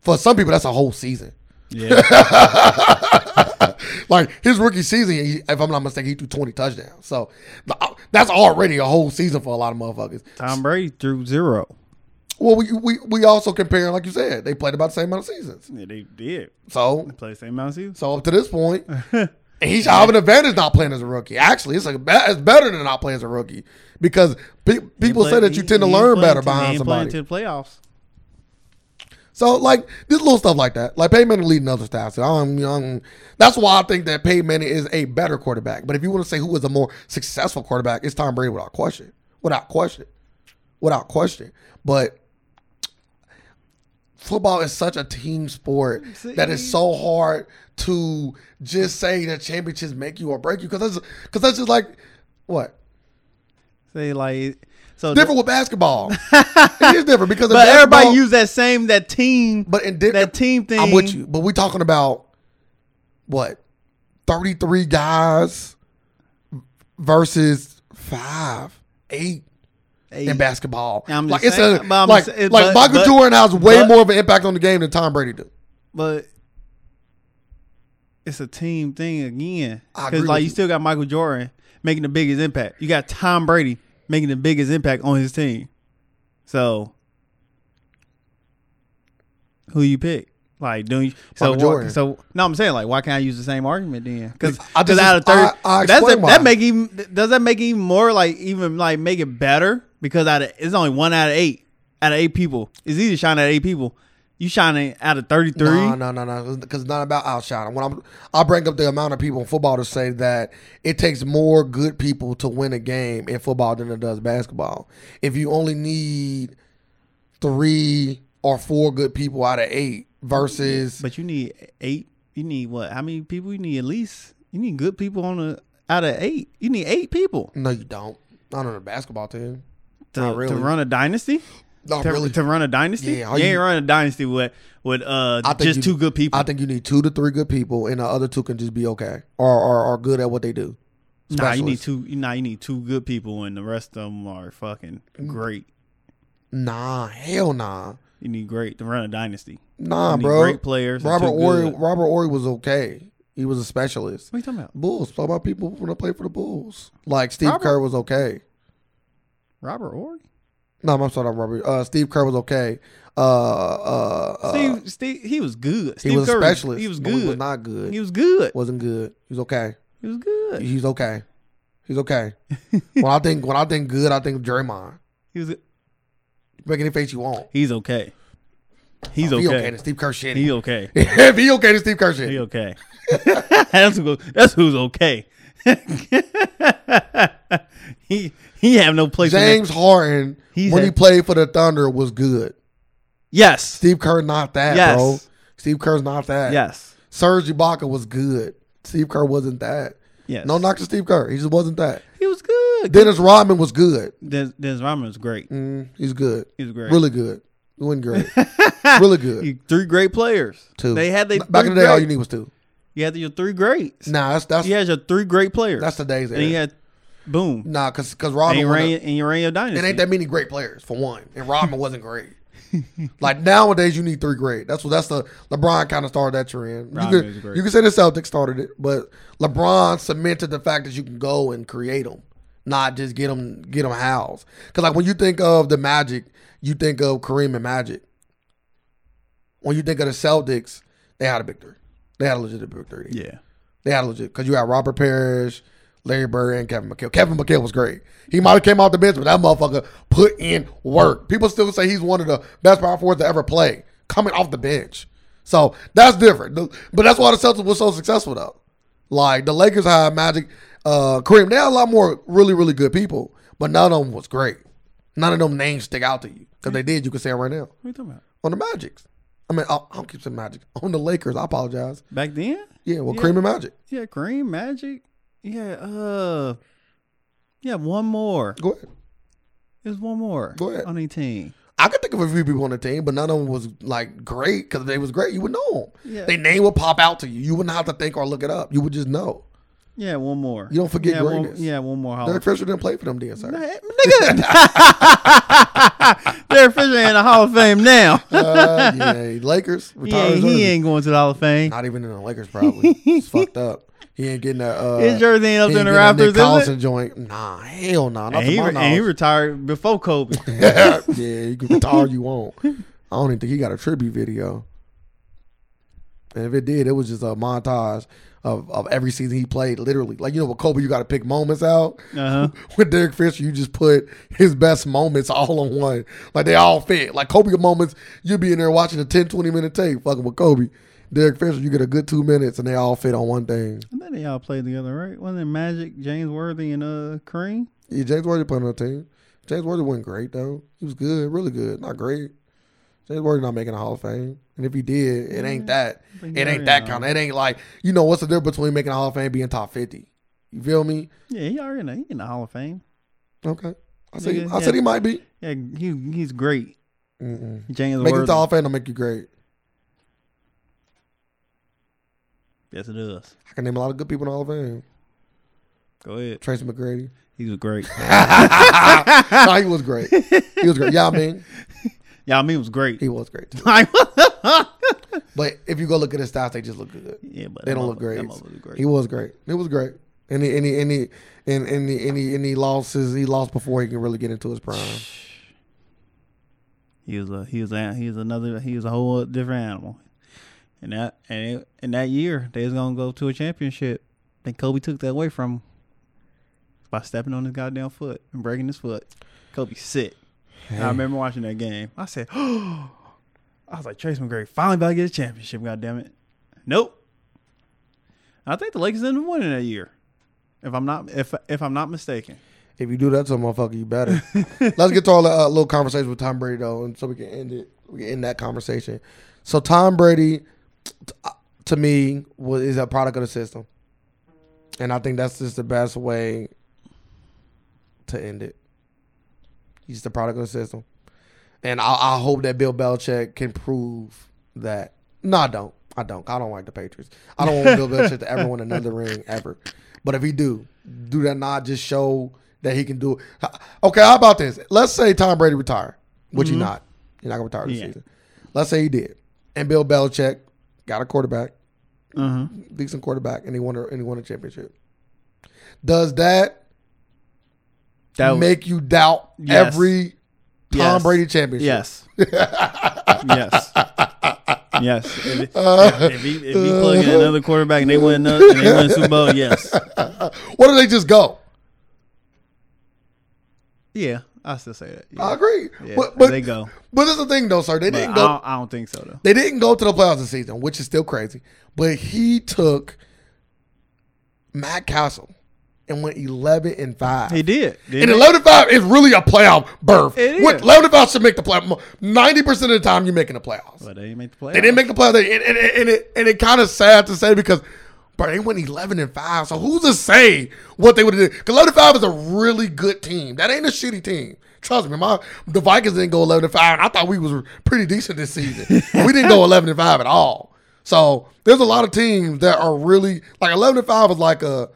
For some people, that's a whole season.
Yeah.
Like his rookie season, he, if I'm not mistaken, he threw 20 touchdowns. So the- uh, that's already a whole season for a lot of motherfuckers.
Tom Brady threw zero.
Well, we, we, we also compare, like you said, they played about the same amount of seasons.
Yeah, they did.
So
Play the same amount of seasons.
so up to this point, and he's I have an advantage not playing as a rookie. Actually, it's like be- it's better than not playing as a rookie because pe- people say that you tend to learn better behind somebody.
to the playoffs.
So like this little stuff like that, like Peyton Manning leading other stats. I'm, I'm, that's why I think that Peyton Manning is a better quarterback. But if you want to say who was a more successful quarterback, it's Tom Brady without question, without question, without question. But football is such a team sport that it's so hard to just say that championships make you or break you because that's because that's just like what
Say like so.
different with basketball. it is different because in
but everybody
basketball-
used that same that team.
But in di-
that team thing.
I'm with you. But we're talking about what? 33 guys versus five, eight
Hey,
in basketball.
I'm
like
just
it's
saying-
a
but I'm
like,
just- it-
like
but-
Michael
but-
Jordan has way
but-
more of an impact on the game than Tom Brady do.
but it's a team thing again.
I
Because
agree
like
with
you
you.
still got Michael Jordan making the biggest impact. You got Tom Brady making the biggest impact on his team. So who you pick? Like do you so
Michael
what-
Jordan.
so no? I'm saying like why can't I use the same argument then? Because
I just-
out of thirty,
I- I
that's a,
explain why.
that make even does that make even more like even like make it better because out of it's only one out of eight out of eight people. It's easy to shine at eight people. You shining out of thirty three.
No, no, no, no. Because it's not about outshining. When I'm, I bring up the amount of people in football to say that it takes more good people to win a game in football than it does basketball. If you only need three or four good people out of eight versus
But you need eight. You need what? How many people you need? At least you need good people on the out of eight. You need eight people
no, you don't. Not on a basketball team.
to,
Not
to
really.
run a dynasty.
Not
To,
really.
to run a dynasty.
Yeah, all
you,
you-
ain't run a dynasty with with uh
I think
just
you-
two good people.
I think you need two to three good people, and the other two can just be okay or or, or good at what they do.
nah, you need
Specialists.
two. Nah, you need two good people, and the rest of them are fucking
Mm.
great.
Nah, hell nah,
You need great to run a dynasty.
nah,
You need
bro.
great players. and
Robert
two
Ory,
good- What
Robert Ory was okay. He was a specialist.
are you talking about?
Bulls. Talk about people who want to play for the Bulls. Like Steve
Robert-
Kerr was okay.
Robert Ory.
No, I'm sorry, I'm Robert. Uh, Steve Kerr was okay. Uh, uh, uh,
Steve, Steve, he was good. Steve
he was
Curry,
a specialist.
He was
but
good.
He was not good.
he was good.
wasn't good. He was okay.
He was good.
He's okay. He's okay. when I think when I think good, I think Draymond.
He was.
Make any face you want.
He's okay. He's
If
okay.
He okay to Steve Kerr shit.
He okay.
if he okay to Steve Kerr shit.
He okay. that's who, that's who's okay. he he have no place. in that-
James Harden
He's
when
had-
he played for the Thunder was good.
Yes.
Steve Kerr not that,
Yes.
bro. Steve Kerr's not that.
Yes.
Serge Ibaka was good. Steve Kerr wasn't that.
Yes.
No knock to Steve Kerr. He just wasn't that.
He was good.
Dennis Rodman was good.
Dennis, Dennis Rodman was great.
Mm, he's good.
He was great.
Really good. He wasn't great. really good.
You- three great players.
Two.
They had they
Back in the day, all you
need.
need was two.
You had your three greats.
Nah, that's that's
You had your three great players.
that's today's
and you
era.
had boom.
Nah, cause cause
And
Rodman
you
wasn't-
ran and you ran your dynasty.
it ain't that many great players for one, and Rodman wasn't great. like nowadays, you need three great. That's what that's the LeBron kind of started that trend. You
Rodman is
could,
great.
you could say the Celtics started it, but LeBron cemented the fact that you can go and create them, not just get them get them housed. Because like when you think of the Magic, you think of Kareem and Magic. When you think of the Celtics, they had a big three. They had a legit big three.
yeah.
They had a legit because you had Robert Parrish, Larry Bird, and Kevin McHale. Kevin McHale was great. He might have came off the bench, but that motherfucker put in work. People still say he's one of the best power forwards to ever play coming off the bench. So that's different. The- But that's why the Celtics was so successful though. Like the Lakers had Magic, uh, Kareem. They had a lot more really, really good people, but none of them was great. None of them names stick out to you because they did. You can say it right now
What are you talking about?
on the Magics. I mean, I, I don't keep saying Magic on the Lakers. I apologize.
Back then?
Yeah, well,
Yeah.
Kareem and Magic.
Yeah, Kareem, Magic. Yeah, uh Yeah, one more.
Go ahead.
There's one more.
Go ahead.
On their team.
I could think of a few people on the team, but none of them was like great because they was great. You would know them.
Yeah.
Their name would pop out to you. You wouldn't have to think or look it up. You would just know.
Yeah, one more.
You don't forget
yeah, one,
greatness.
yeah, one more Hall
Derek
of
Fisher didn't play for them, then, sir.
Nigga. Derek Fisher ain't in the Hall of Fame now.
uh, yeah, Lakers.
He ain't,
Retired
he
jersey.
ain't going to the Hall of Fame.
Not even in the Lakers, probably. it's fucked up. He ain't getting that. Uh,
His jersey ain't up
he
there in the
getting that Nick
Raptors, is it?
Collison joint. Nah, hell nah. Not
And he,
to my
and he
knowledge.
retired before Kobe.
yeah, you can retire you want. I don't even think he got a tribute video. And if it did, it was just a montage of, of every season he played, literally. Like, you know, with Kobe, you got to pick moments out.
Uh-huh.
With Derek Fisher, you just put his best moments all on one. Like, they all fit. Like, Kobe moments, you'd be in there watching a 10, 20 minute tape fucking with Kobe. Derek Fisher, you get a good two minutes, and they all fit on one thing.
I think they all played together, right? Wasn't it Magic, James Worthy, and uh Kareem?
Yeah, James Worthy playing on the team. James Worthy wasn't great though. He was good, really good, not great. James Worthy not making a Hall of Fame, and if he did, it
Mm-hmm.
ain't that.
think
It
he
ain't
already
that
know.
kind. Of, it ain't like you know what's the difference between making a Hall of Fame and being top fifty. You feel me?
Yeah, he already in the, he in the Hall of Fame.
Okay. I said,
Nigga,
I said
yeah.
he might be.
Yeah, he he's great.
Mm-mm.
James
Make it
Worthy.
to Hall of Fame don't make you great.
Yes, it does.
I can name a lot of good people in the Hall of Fame.
Go ahead.
Tracy McGrady.
He was great.
no, he was great. He was great. Yeah, I mean,
Y'all mean was great.
he was great.
yeah,
But if you go look at his stats, they just look good.
but
They
that
don't look
motherfucker-
great.
That motherfucker was great.
He was great. It was great. And he, and he, and he, and, and, he, and, he, and he lost his, he lost before he can really get into his prime.
He was a he was a he was another he was a whole different animal. And that and it, and that year they was gonna go to a championship. Then Kobe took that away from him by stepping on his goddamn foot and breaking his foot. Kobe sick. And I remember watching that game. I said, I was like, Trace McGrady finally about to get a championship. God damn it. Nope. I think the Lakers ended up winning that year. If I'm not if if I'm not mistaken.
If you do that to a motherfucker, you better. Let's get to our uh, little conversation with Tom Brady though, and so we can end it. We can end that conversation. So Tom Brady, t- uh, to me, was is a product of the system, and I think that's just the best way to end it. He's the product of the system, and I, I hope that Bill Belichick can prove that. No, I don't. I don't. I don't like the Patriots. I don't want Bill Belichick to ever win another ring ever. But if he do, do that not just show that he can do it? Okay, how about this? Let's say Tom Brady retire, which he not. He's not gonna retire this
Yeah.
season. Let's say he did, and Bill Belichick got a quarterback,
Uh-huh.
decent quarterback, and he won a, and he won a championship. Does that,
That was,
make you doubt
Yes.
every Tom
Yes.
Brady championship?
Yes. yes. Yes. If, if, if he, if he plug in another quarterback and they win another, and they win Super Bowl, yes.
What do they just go?
Yeah, I still say that.
I
Yeah,
agree.
yeah.
But but,
they go.
but this is the thing though, sir. They
But I
didn't go.
don't, I don't think so though.
They didn't go to the playoffs this season, which is still crazy. But he took Matt Castle and went eleven and five.
He did.
and
didn't he?
eleven and five is really a playoff berth.
It
What-
is.
Eleven and five should make the playoff. Ninety percent of the time, you're making the playoffs.
But they didn't make the playoffs.
They didn't make the playoffs, They- and, and, and it and it kind of sad to say because, bro, they went eleven and five. So who's to say what they would have did? Because eleven and five is a really good team. That ain't a shitty team. Trust me, my the Vikings didn't go eleven and five, and I thought we was pretty decent this season. we didn't go eleven and five at all. So there's a lot of teams that are really like eleven and five is like a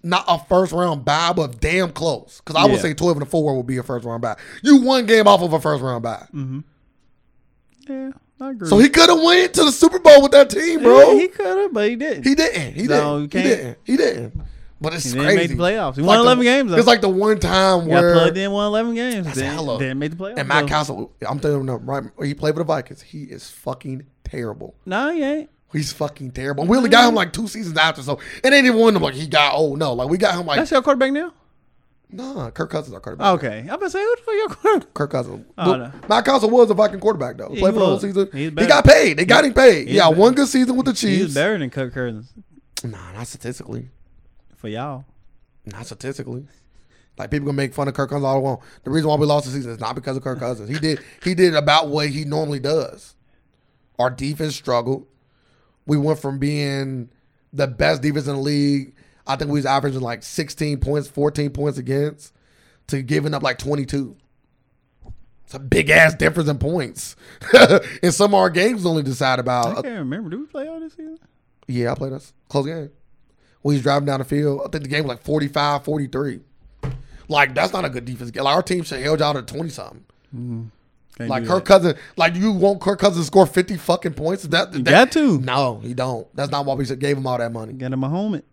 not a first round bye, but damn close. Because I would
Yeah.
say twelve and four would be a first round bye. You one game off of a first round bye.
Yeah, I agree.
So he could have went to the Super Bowl with that team, bro.
Yeah, he could have, but he didn't.
He didn't. He
No,
didn't.
you
He
can't.
didn't. He didn't. But it's
didn't
crazy.
make the playoffs. He
It's
won
the-
11 games, though.
It's like the one time
got
where
plugged in, won eleven games. then,
hella.
Didn't make the playoffs.
and Matt
though.
Castle. I'm telling you, no, right? He played for the Vikings. He is fucking terrible.
No, he ain't.
He's fucking terrible. We only got him like two seasons after, so it ain't even one of them. Like he got old. No, like we got him like
That's your quarterback now.
nah. Kirk Cousins our quarterback.
Okay, I'm gonna say who the fuck your quarterback?
Kirk Cousins.
Oh,
But
no.
Matt Castle was a Viking quarterback though.
He
played for the whole
was.
season.
He's
He
better.
got paid. They got him paid. He
He's
got
better.
one good season with the
He's
Chiefs.
better than Kirk Cousins.
Nah, not statistically.
for y'all.
Not statistically. Like people gonna make fun of Kirk Cousins all they want. The reason why we lost the season is not because of Kirk Cousins. He did he did about what he normally does. Our defense struggled. We went from being the best defense in the league. I think we was averaging like 16 points, 14 points against, to giving up like 22. It's a big ass difference in points. and some of our games only decide
I
about. uh,
can't remember. Did we play all this season?
yeah, I played us. Close game. We was driving down the field. I think the game was like 45, 43. Like, that's not a good defense game. Like, our team should held y'all to 20 something.
Can't
Like,
do
Kirk
that.
Cousins, like, you want Kirk Cousins to score 50 fucking points? Is That, that,
got to.
No, he don't. That's not why we gave him all that money
got him a helmet.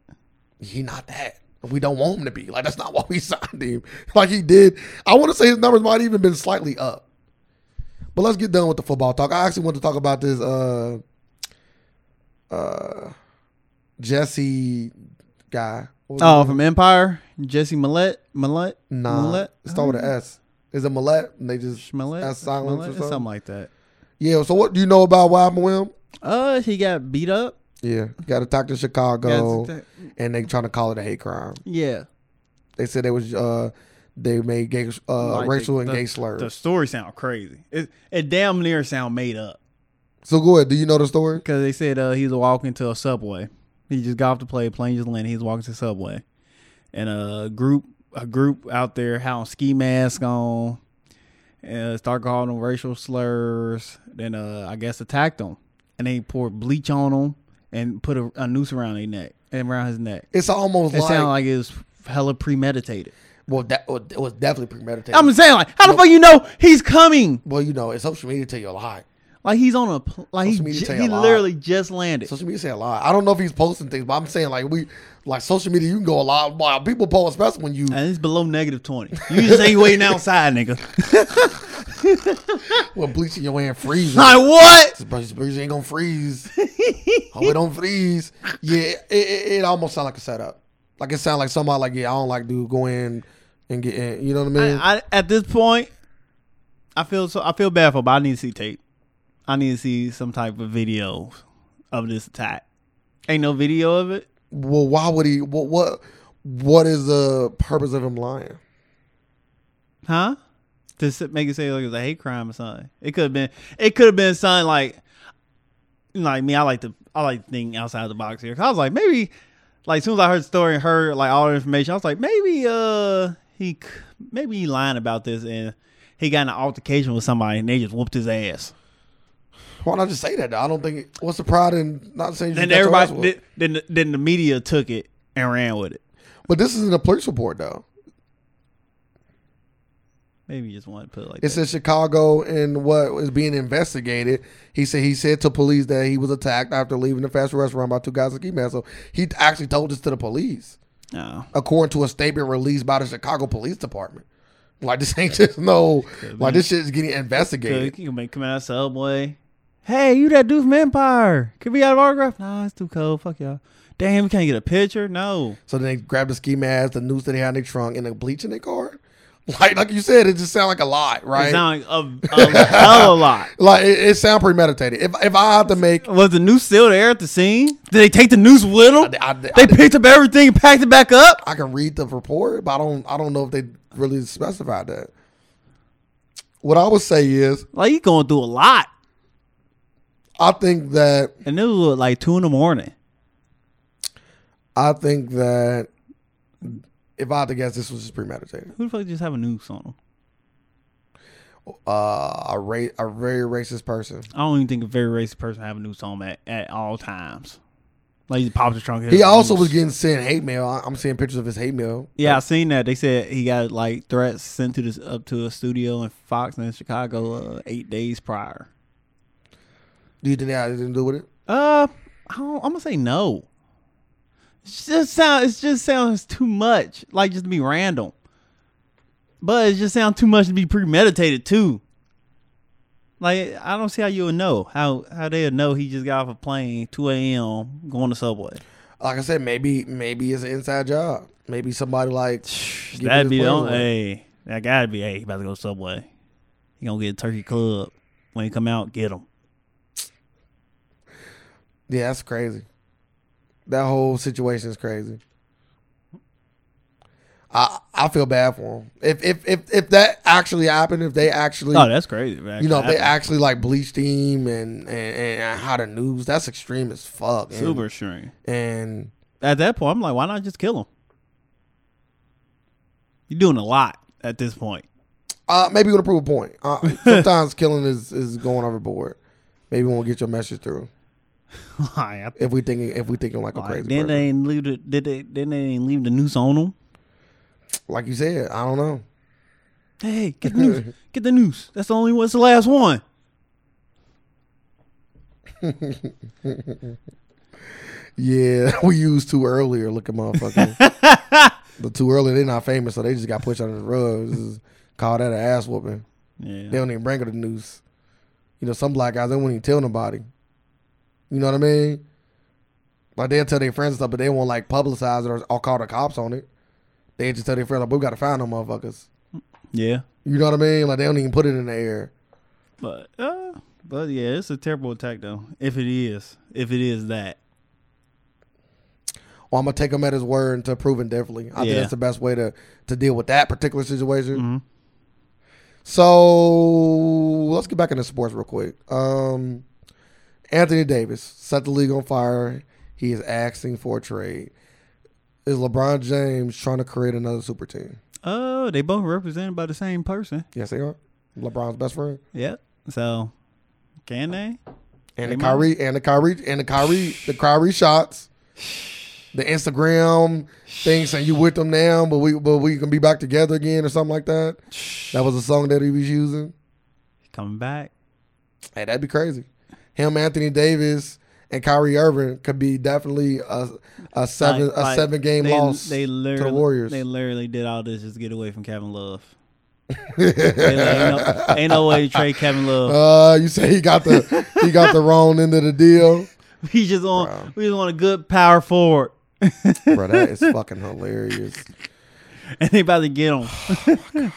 he not that. We don't want him to be. Like that's not why we signed him. Like he did. I want to say his numbers might even been slightly up. But let's get done with the football talk. I actually want to talk about this uh uh Jesse guy. What was
Oh, from Empire, Jesse Millette, Millette,
his- nah.
Millette,
It start with an S. Is it Millet? And they just
Millette,
S silence or
Millette? It's
something?
something like that.
Yeah, so what do you know about Wild William?
Uh, he got beat up.
Yeah. Got attacked in Chicago.
Got-
and they trying to call it a hate crime.
yeah,
They said they was uh they made gay uh
Like,
racial
the-
and
the-
gay slurs.
The story sound crazy. It it damn near sound made up
So go ahead. Do you know the story?
because they said uh, he was walking to a subway. He just got off the plane, plane just landed. He was walking to the subway, and a group a group out there had on ski mask on, and uh, start calling them racial slurs. Then uh, I guess attacked him, and they poured bleach on him and put a, a noose around their neck and around his neck.
It's almost
It
like,
sounded like it was hella premeditated.
well, that well, it was definitely premeditated.
I'm saying like, how the fuck you know he's coming?
well, you know, it's social media tell you a lot.
Like he's on a pl- like he
Social media
j-
tell you
he
a lot.
literally just landed.
Social media say a lot. I don't know if he's posting things, but I'm saying like we like social media. You can go a lot. Wow, people post, especially when you
and it's below negative twenty. You just ain't waiting outside, nigga.
when bleaching your hand freezes.
Like what?
Bruce, Bruce ain't gonna freeze. oh, we don't freeze. Yeah, it, it, it almost sound like a setup. Like it sound like somebody like yeah, I don't like dude go in and get in. You know what I mean?
I, I, at this point, I feel so. I feel bad for, him, but I need to see tape. I need to see some type of video of this attack. Ain't no video of it.
well, why would he? What what what is the purpose of him lying?
Huh? To s- make it say like it was a hate crime or something. It could have been. It could have been something like, like me. I like to. I like to think outside the box here. 'Cause I was like, maybe, like, soon as I heard the story and heard like all the information, I was like, maybe, uh, he, c- maybe he lying about this and he got in an altercation with somebody and they just whooped his ass.
Why not just say that? Though? I don't think what's the pride in not saying. you
Then
got your ass
everybody,
whooped?
then, then the- then the media took it and ran with it.
but this isn't a police report though.
Maybe you just want to put it like
It says Chicago and what is being investigated. He said he said to police that he was attacked after leaving the fast food restaurant by two guys in ski masks. So he actually told this to the police,
that. No.
according to a statement released by the Chicago Police Department. Like this ain't just no. Like this shit is getting
Could,
investigated.
you can make come out of Subway. Hey, you that dude from Empire? Could we have an autograph? Nah, it's too cold. Fuck y'all. Damn, we can't get a picture. No,
So then they grabbed the ski mask, the noose that they had in their trunk, and the bleach in their car. Like like you said, it just sound like a lot,
it
right?
sounds like a, a hell of a lot.
like it, it sound premeditated. If if I had to make
Was the noose still there at the scene? Did they take the noose with them?
I- I-
they picked up everything and packed it back up.
I can read the report, but I don't I don't know if they really specified that. What I would say is
Like you going through a lot,
I think that
and it was like two in the morning.
I think that if I had to guess this was just premeditated.
Who the fuck just have a noose on them?
Uh a ra- a very racist person.
I don't even think a very racist person have a noose on at, at all times. Like he pops his trunk.
He also was getting sent hate mail. I- I'm seeing pictures of his hate mail.
Yeah, I seen that. They said he got like threats sent to this up to a studio in Fox in Chicago uh, eight days prior.
Do you think that had anything to do with it?
Uh, I don't, I'm gonna say no. It's just sound. It just sounds too much. Like just to be random. But it just sounds too much to be premeditated too. Like I don't see how you would know how how they'll know he just got off a plane two a.m. going to subway.
Like I said, maybe maybe it's an inside job. Maybe somebody like give me
That'd
this
be the
plane
only.
away.
Hey, that gotta be. Hey, he about to go to Subway. He gonna get Turkey Club when he come out. Get him.
Yeah, that's crazy. That whole situation is crazy. I I feel bad for him. If if if if that actually happened, if they actually
Oh, that's crazy. man.
you know, if they
That's
actually like bleached him and, and and how the news, that's extreme as fuck. And-
super strange.
And
At that point, I'm like, why not just kill him? You're doing a lot at this point.
uh, maybe you want to prove a point. Uh, sometimes killing is, is going overboard. Maybe we won't get your message through
Like, I-
if we thinking if we thinking like a
like,
crazy
then
person.
they ain't leave the did they then they ain't leave the noose on him.
like you said, I don't know.
Hey, get the noose. get the noose. That's the only one. That's the last one.
Yeah, we used too early or looking motherfucker. but too early, they're not famous, so they just got pushed under the rug. This is- Call that an ass whooping.
Yeah.
They don't even bring her the news. You know, some black guys they won't even tell nobody. You know what I mean? Like they'll tell their friends and stuff, but they won't like publicize it or, or call the cops on it. They just tell their friends like, "We gotta find them motherfuckers."
Yeah.
You know what I mean? Like they don't even put it in the air.
But uh but yeah, it's a terrible attack though. If it is. If it is that.
Or I'm gonna take him at his word until proven differently. I think
Yeah.
that's the best way to to deal with that particular situation. So let's get back into sports real quick. Um, Anthony Davis set the league on fire. He is asking for a trade. Is LeBron James trying to create another super team?
Oh, they both represented by the same person.
Yes, they are. LeBron's best friend
Yep. So can they?
and
Amen.
the Kyrie and the Kyrie and the Kyrie the Kyrie shots. The Instagram thing saying you with them now, but we but we can be back together again or something like that. That was a song that he was using.
Coming back.
Hey, that'd be crazy. Him, Anthony Davis, and Kyrie Irving could be definitely a a seven
Like-
a
like,
seven game
they,
loss
They literally,
to the Warriors.
They literally did all this just to get away from Kevin Love. They like, ain't, no, ain't no way to trade Kevin Love.
uh, you say he got the he got the wrong end of the deal,
We just want we just want a good power forward,
bro. That is fucking hilarious.
and they about to get him.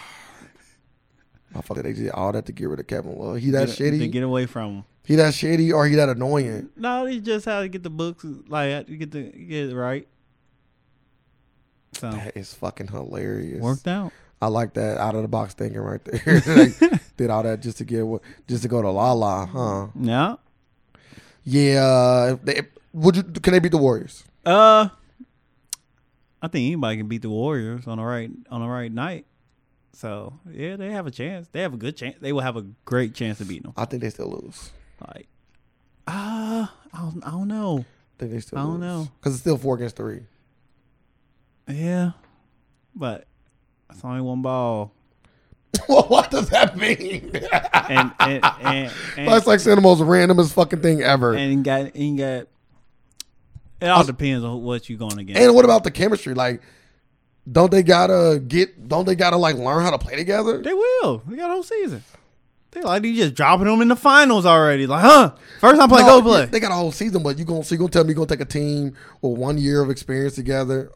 I fuck they did all that to get rid of Kevin Love. He that
To
shitty.
get away from him.
he that shitty, or he that annoying.
No, they just how to get the books like to get the get it right. So
That is fucking hilarious.
worked out.
I like that out of the box thinking right there. Like, did all that just to get what- just to go to La La, huh?
Yeah.
Yeah. uh, if they- would you? Can they beat the Warriors?
Uh, I think anybody can beat the Warriors on the right on the right night. So yeah, they have a chance. They have a good chance. They will have a great chance to beat them.
I think they still lose.
Like, uh, I don't, I don't know.
I think they still
I don't
lose.
know.
because it's still four against three.
Yeah, but it's only one ball,
well, what does that mean?
and and and and,
That's like saying the most randomest fucking thing ever. And,
and got and got. It all depends on what you're going against.
what about the chemistry? Like, don't they gotta get? Don't they gotta like learn how to play together?
They will. They got a whole season. They like you just dropping them in the finals already. Like, huh? First time play, go
No,
play.
They got a whole season, but you gonna so you gonna tell me you gonna take a team with one year of experience together?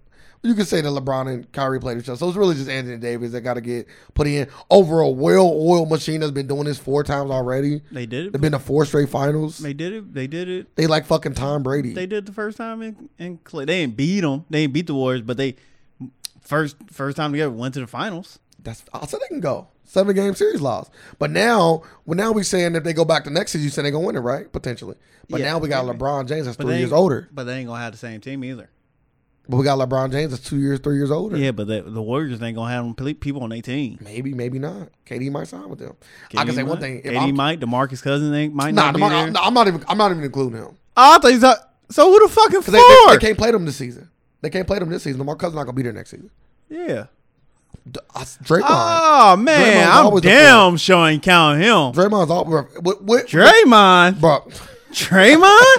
You could say that LeBron and Kyrie played each other, so it's really just Anthony Davis that got to get put in over a well-oiled machine that's been doing this four times already.
They did it.
They've been to four straight finals.
They did it. They did it.
They like fucking Tom Brady.
They did it the first time in, in Clay. They didn't beat them. They didn't beat the Warriors, but they first first time together went to the finals.
That's I said they can go seven game series loss. But now, well, now we saying if they go back to next season, you saying they gonna win it, right? Potentially. But
Yeah,
now we got
maybe.
LeBron James that's
But
three
they
years
ain't-
older.
But they ain't gonna have the same team either.
But we got LeBron James that's two years, three years older.
Yeah, but the, the Warriors ain't gonna have them ple- people on their team.
Maybe, maybe not. KD might sign with them. I
KD
can say one
might-
thing. If
KD
I'm,
might. DeMarcus Cousins ain't might
nah,
not be
DeMar-
there.
no, I'm not even. I'm not even including him.
Oh, I thought he's not- so. Who the fucking
'Cause
four?
They, they, they can't play them this season. They can't play them this season. Lamar Cousins not gonna be there next season.
yeah.
D- I- Draymond.
Oh man,
Draymond's
I'm
always the
damn sure ain't counting him.
Draymond's all. What? what
Draymond,
bro,
Draymond.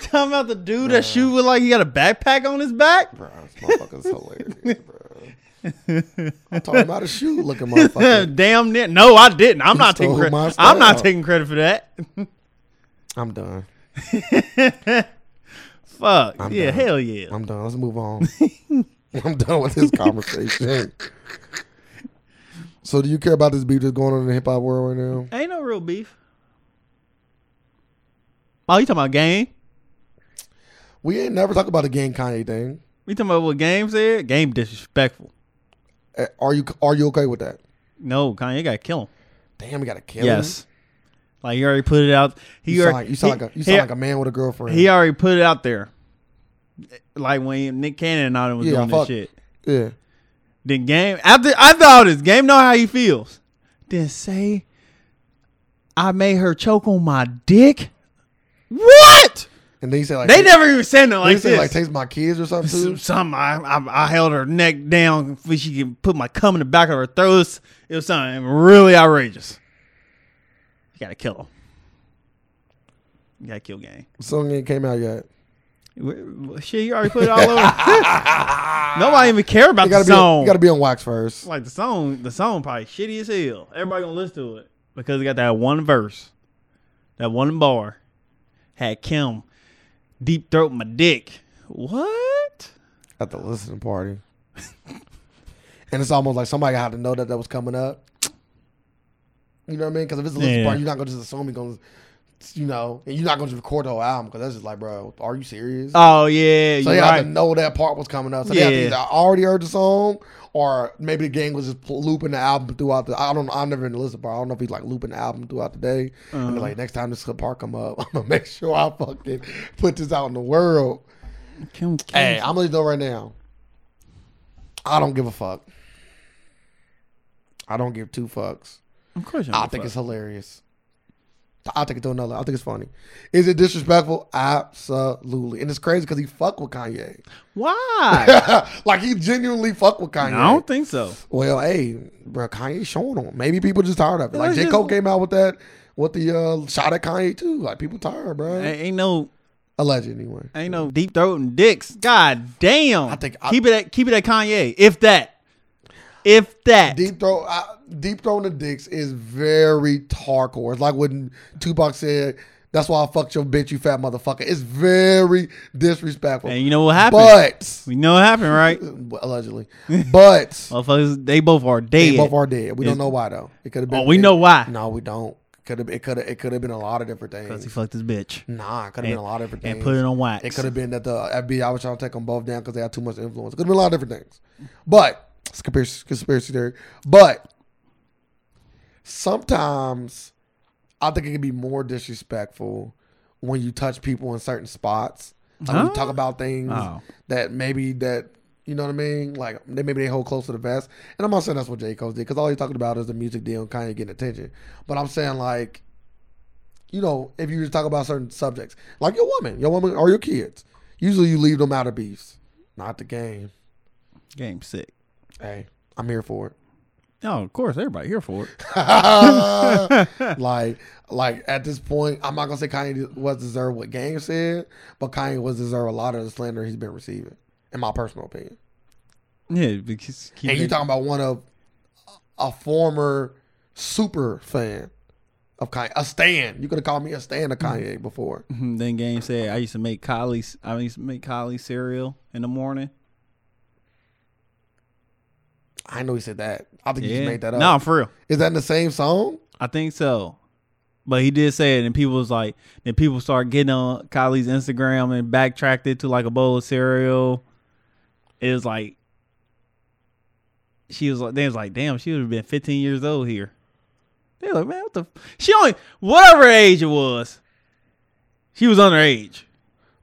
Talking about the dude that shoot with like he got a backpack on his back.
bro, this motherfucker's hilarious, bro. I'm talking about a shoe looking motherfucker.
Damn near. No, I didn't. I'm not taking
stole
credit.
my
I'm not
style.
taking credit for that.
I'm done.
Fuck. yeah,
done.
hell yeah.
I'm done. Let's move on. I'm done with this conversation. so, do you care about this beef that's going on in the hip hop world right now?
Ain't no real beef. Oh, you talking about game?
We ain't never talked about the gang Kanye thing.
We talking about what game said? Game disrespectful.
Uh, Are you are you okay with that?
No, Kanye got to kill him.
Damn, we gotta kill him.
Yes. Like he already put it out. He
You sound,
already,
like, you sound,
he,
like, a,
he-
you sound like a man with a girlfriend.
he already put it out there. Like when Nick Cannon and all them was
Yeah,
doing this
fuck.
shit.
yeah.
Then game after after all this, game know how he feels. Then say, I made her choke on my dick. What?
And then he said like
They never even said nothing
then he
like
said
this.
like taste my kids or something too.
Some I, I I held her neck down for she could put my cum in the back of her throat. It was something really outrageous. You gotta kill him. You gotta kill gang.
Song ain't came out yet.
Shit, you already put it all over. Nobody even care about
You
the
gotta be
song.
you gotta be on wax first.
like the song, the song probably shitty as hell. Everybody gonna listen to it because it got that one verse, that one bar, had Kim deep throat my dick. What?
at the listening party. and it's almost like somebody had to know that that was coming up. You know what I mean? Because if it's a listening
Yeah.
party, you're not gonna just assume you're gonna, you know, and you're not gonna just record the whole album because that's just like, bro, are you serious?
Oh yeah,
so
you
they had
right.
to know that part was coming up. So they had
Yeah.
to either already heard the song, or maybe the gang was just pl- looping the album throughout the. I don't. know. I've never been to listen, but I don't know if he's like looping the album throughout the day.
Uh-huh.
And they're like, next time this part come up, I'm gonna make sure I fucking put this out in the world.
Kim, Kim.
Hey, I'm gonna know right now. I don't give a fuck. I don't give two fucks.
of course you
I think it's hilarious. I'll take it to another. I think it's funny. Is it disrespectful? Absolutely. And it's crazy because he fuck with Kanye.
why?
like he genuinely fuck with Kanye.
I don't think so.
Well, hey, bro, Kanye's showing on. Maybe people just tired of it. Like
Let's
J.
just-
Cole came out with that with the uh, shot at Kanye too. Like people tired, bro.
A- Ain't no,
Alleged anyway.
ain't no deep throat and dicks. God damn.
I think I-
keep it at keep it at Kanye. If that, if that.
Deep throat, I, deep throwing the dicks is very hardcore. It's like when Tupac said, "That's why I fucked your bitch, you fat motherfucker." It's very disrespectful.
and you know what happened?
but
we know what happened, right?
allegedly, but
Motherfuckers, they both are dead.
they both are dead.
It's-
We don't know why though. It could have been.
Oh, we know why.
No, we don't. Could have. It could have. It could have been a lot of different
Because he
things.
fucked his bitch
Nah, it could have
and,
been a lot of different
and
things.
put it on wax.
It could have been that the FBI was trying to take them both down because they had too much influence. It could have been a lot of different things. But it's conspiracy, conspiracy theory. But sometimes I think it can be more disrespectful when you touch people in certain spots. Like when you
Huh?
talk about things
Oh.
that maybe that you know what I mean. Like they maybe they hold close to the vest. And I'm not saying that's what J Cole did because all he's talking about is the music deal and Kanye getting attention. But I'm saying like you know, if you just talk about certain subjects, like your woman, your woman or your kids, usually you leave them out of beefs. Not the game.
Game sick.
Hey, I'm here for
No, of course, everybody here for it.
it. like, like at this point, I'm not gonna say Kanye was deserved what Game said, but Kanye was deserved a lot of the slander he's been receiving, in my personal opinion.
Yeah, because keep
And you
it-
talking about one of a former super fan of Kanye, a stan. You could have called me a stan of Kanye before.
Mhm, Then Game said, "I used to make Kylie's. I used to make Kylie cereal in the morning."
I know he said that. I think he
Yeah,
just made that up.
Nah, for real,
Is that in the same song?
I think so. But he did say it, and people was like, then people started getting on Kylie's Instagram and backtracked it to like a bowl of cereal. It was like she was like, they was like, damn, she would have been 15 years old here. They were like, man, what the? f-" She only whatever age it was, she was underage.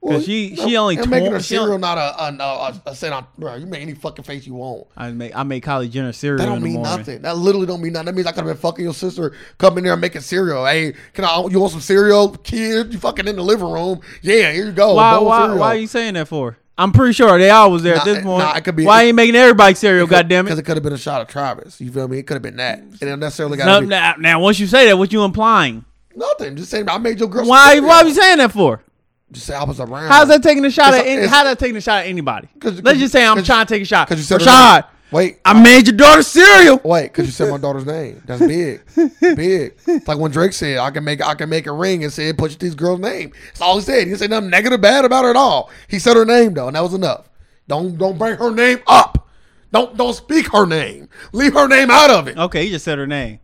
Well,
she- she only
and making her
twen- she
cereal
only-
not a a, a, a, a set on, bro. You make any fucking face you want.
I make I make Kylie Jenner cereal.
That
in
don't
the
mean
morning.
nothing. That literally don't mean nothing. That means I could have been fucking your sister, coming in there and making cereal. Hey, can I? You want some cereal, kid? You fucking in the living room? Yeah, here you go.
Why
Oh, bowl of
why
cereal.
why are you saying that for? I'm pretty sure they all was there
Nah,
at this
it-
point.
nah, it could be-
why ain't making everybody cereal? Goddamn
Because
it!
it could have been a shot of Travis. You feel me? It could have been that. It don't necessarily got
Now,
to be
now, now, once you say that, what you implying?
nothing. Just saying, I made your girl. some
Why
cereal.
why are you saying that for?
Just say I was around.
How's that taking a shot
It's-
at any,
it's-
how that taking a shot at anybody?
'Cause-
Let's just say I'm
'cause-
trying to take a shot.
Because you said
Rashad,
Wait,
I made your daughter cereal.
Wait, because you said my daughter's name. That's big, big. It's like when Drake said, "I can make, I can make a ring," and said, "Put these girl's name." That's all he said. He didn't say nothing negative bad about her at all. He said her name though, and that was enough. Don't don't bring her name up. Don't don't speak her name. Leave her name out of it.
Okay, you just said her name.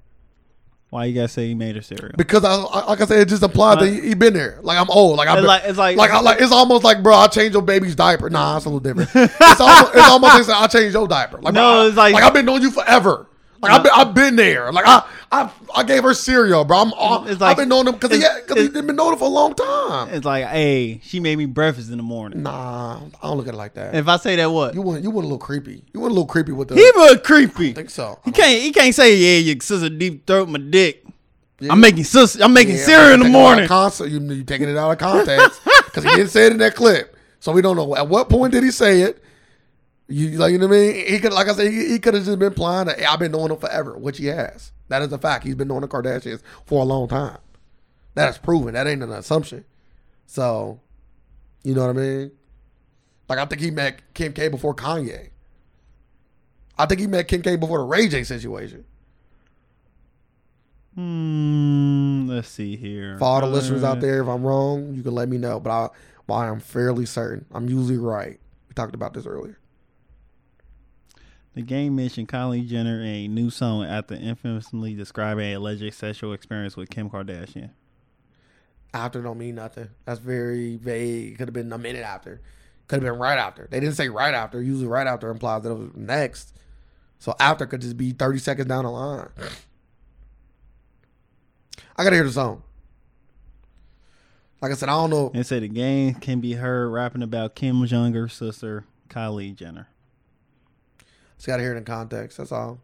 Why you gotta say you made a cereal?
Because I, I like I said, it just implied that he, he been there. Like I'm old. Like I'm
It's like- it's like-
I, like it's almost like bro, I change your baby's diaper. Nah, it's a little different. it's almost it's almost like saying, I change your diaper. Like
No,
bro, I-
it's like-
like I've been knowing you forever. Like I've been, I've been there. Like I I I gave her cereal, bro. I'm, I,
It's like-
I've been knowing him because he
it's-
because he
it's-
been knowing him for a long time.
It's like, hey, she made me breakfast in the morning.
Nah, I don't look at it like that.
If I say that, what?
You went you went a little creepy. You went a little creepy with the.
He
I
was creepy.
think so.
He can't. He can't say, yeah, your sister deep throat my dick.
Yeah.
I'm making sus. I'm making
Yeah,
cereal in the
taking it out of
morning.
concept- you, you taking it out of context because he didn't say it in that clip, so we don't know at what point did he say it. You like you know what I mean? He could, like I said, he, he could have just been blind. that, "Hey, I've been knowing him forever, which he has. That is a fact. He's been knowing the Kardashians for a long time. That is proven. That ain't an assumption. So, you know what I mean? Like I think he met Kim K before Kanye. I think he met Kim K before the Ray J situation.
Hmm. Let's see here. Uh,
For all the listeners out there, if I'm wrong, you can let me know. But I, but I am fairly certain. I'm usually right. We talked about this earlier.
The game mentioned Kylie Jenner in a new song after infamously describing a alleged sexual experience with Kim Kardashian.
After don't mean nothing. That's very vague. Could have been a minute after. Could have been right after. They didn't say right after. Usually right after implies that it was next. So after could just be 30 seconds down the line. I gotta hear the song. Like I said, I don't know.
And said the game can be heard rapping about Kim's younger sister, Kylie Jenner.
Just gotta hear it in context. That's all.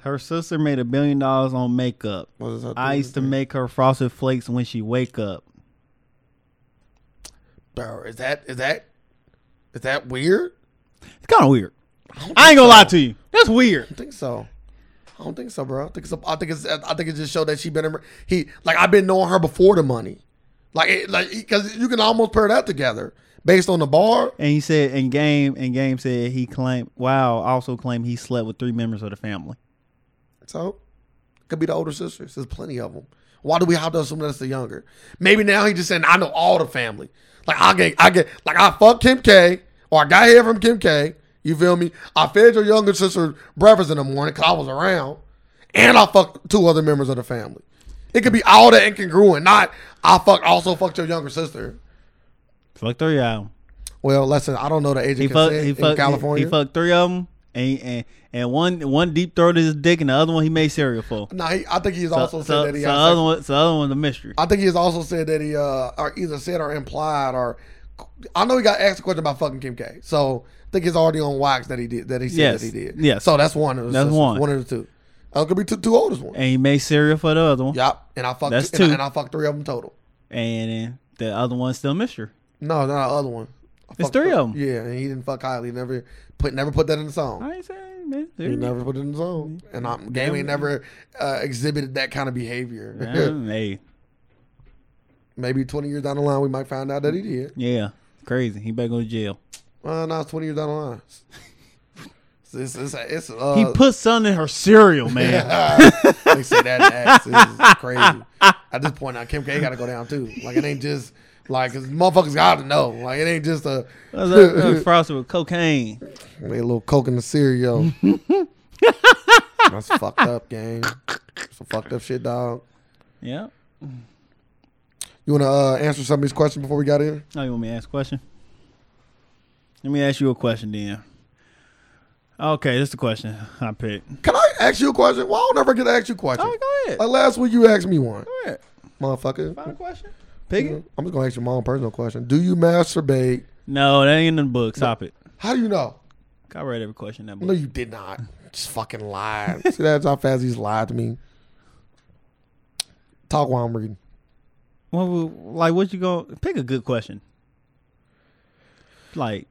Her sister made a billion dollars on makeup.
What is that?
I used to make her frosted flakes when she wake up.
Bro, is that is that is that weird?
It's kind of weird. I ain't gonna lie to you. That's weird.
I think so. I don't think so, bro. I think it's. I think it's. I think it just showed that she been. in- He like I've been knowing her before the money, like it, like because you can almost pair that together based on the bar.
And he said, and game, and game said he claimed. Wow, also claimed he slept with three members of the family.
So could be the older sisters. There's plenty of them. Why do we have to assume that it's the younger? Maybe now he just saying I know all the family. Like I get, I get, like I fucked Kim K, or I got here from Kim K. You feel me? I fed your younger sister breakfast in the morning because I was around, and I fucked two other members of the family. It could be all that incongruent. Not I fuck also fucked your younger sister.
Fuck three of them.
Well, listen, I don't know the age of
He
consent
fucked. He
in
fucked. California.
California.
He, fucked three of them, and and, and one one deep throated his dick, and the other one he made cereal for.
Nah, he, I think he's
So,
also said
so-
that he
so
had
the
sex
other one, so the other one's a mystery.
I think he has also said that he uh or either said or implied or I know he got asked a question about fucking Kim K. So I think it's already on wax that he did that he said
Yes,
that he did.
yes.
So that's one of the
That's
sisters,
one.
one of the two. Uh, could be two two oldest ones.
and he made cereal for the other one,
Yep. And I fucked
That's
and I-
two.
and I fucked three of them total.
and then the other one's still a mystery.
No, not the other one. I fucked
three of 'em.
Yeah, and he didn't fuck Kylie. Never put never put that in the song.
I ain't saying man,
He
cereal.
never put it in the song. And I'm game ain't never uh, exhibited that kind of behavior.
Yeah, Hey,
Maybe twenty years down the line we might find out that he did.
yeah, crazy. He better go to jail.
Well, now it's twenty years down the line. It's, it's, it's, it's, uh,
He put something in her cereal, man.
they say that next is crazy. At this point, now Kim K got to go down too. Like it ain't just like 'cause motherfuckers got to know. Like it ain't just a
That's that- that's frosted with cocaine.
made a little coke in the cereal. That's fucked up, gang. Some fucked up shit, dog.
Yeah.
You want to uh, answer some of these questions before we got in?
Oh, you want me to ask a question? Let me ask you a question then. Okay, this is the question I picked.
Can I ask you a question? Well, I'll never get to ask you a question.
go ahead.
Like last week, you asked me one,
Go ahead.
motherfucker.
Find a question. Pick it.
I'm just gonna ask you my own personal question. Do you masturbate?
No, that ain't in the book. Stop it.
How do you know?
I read every question in that
No,
book.
you did not. Just fucking lied. See that's how fast he's lied to me. Talk while I'm reading.
What would- like, what you going pick a good question? Like,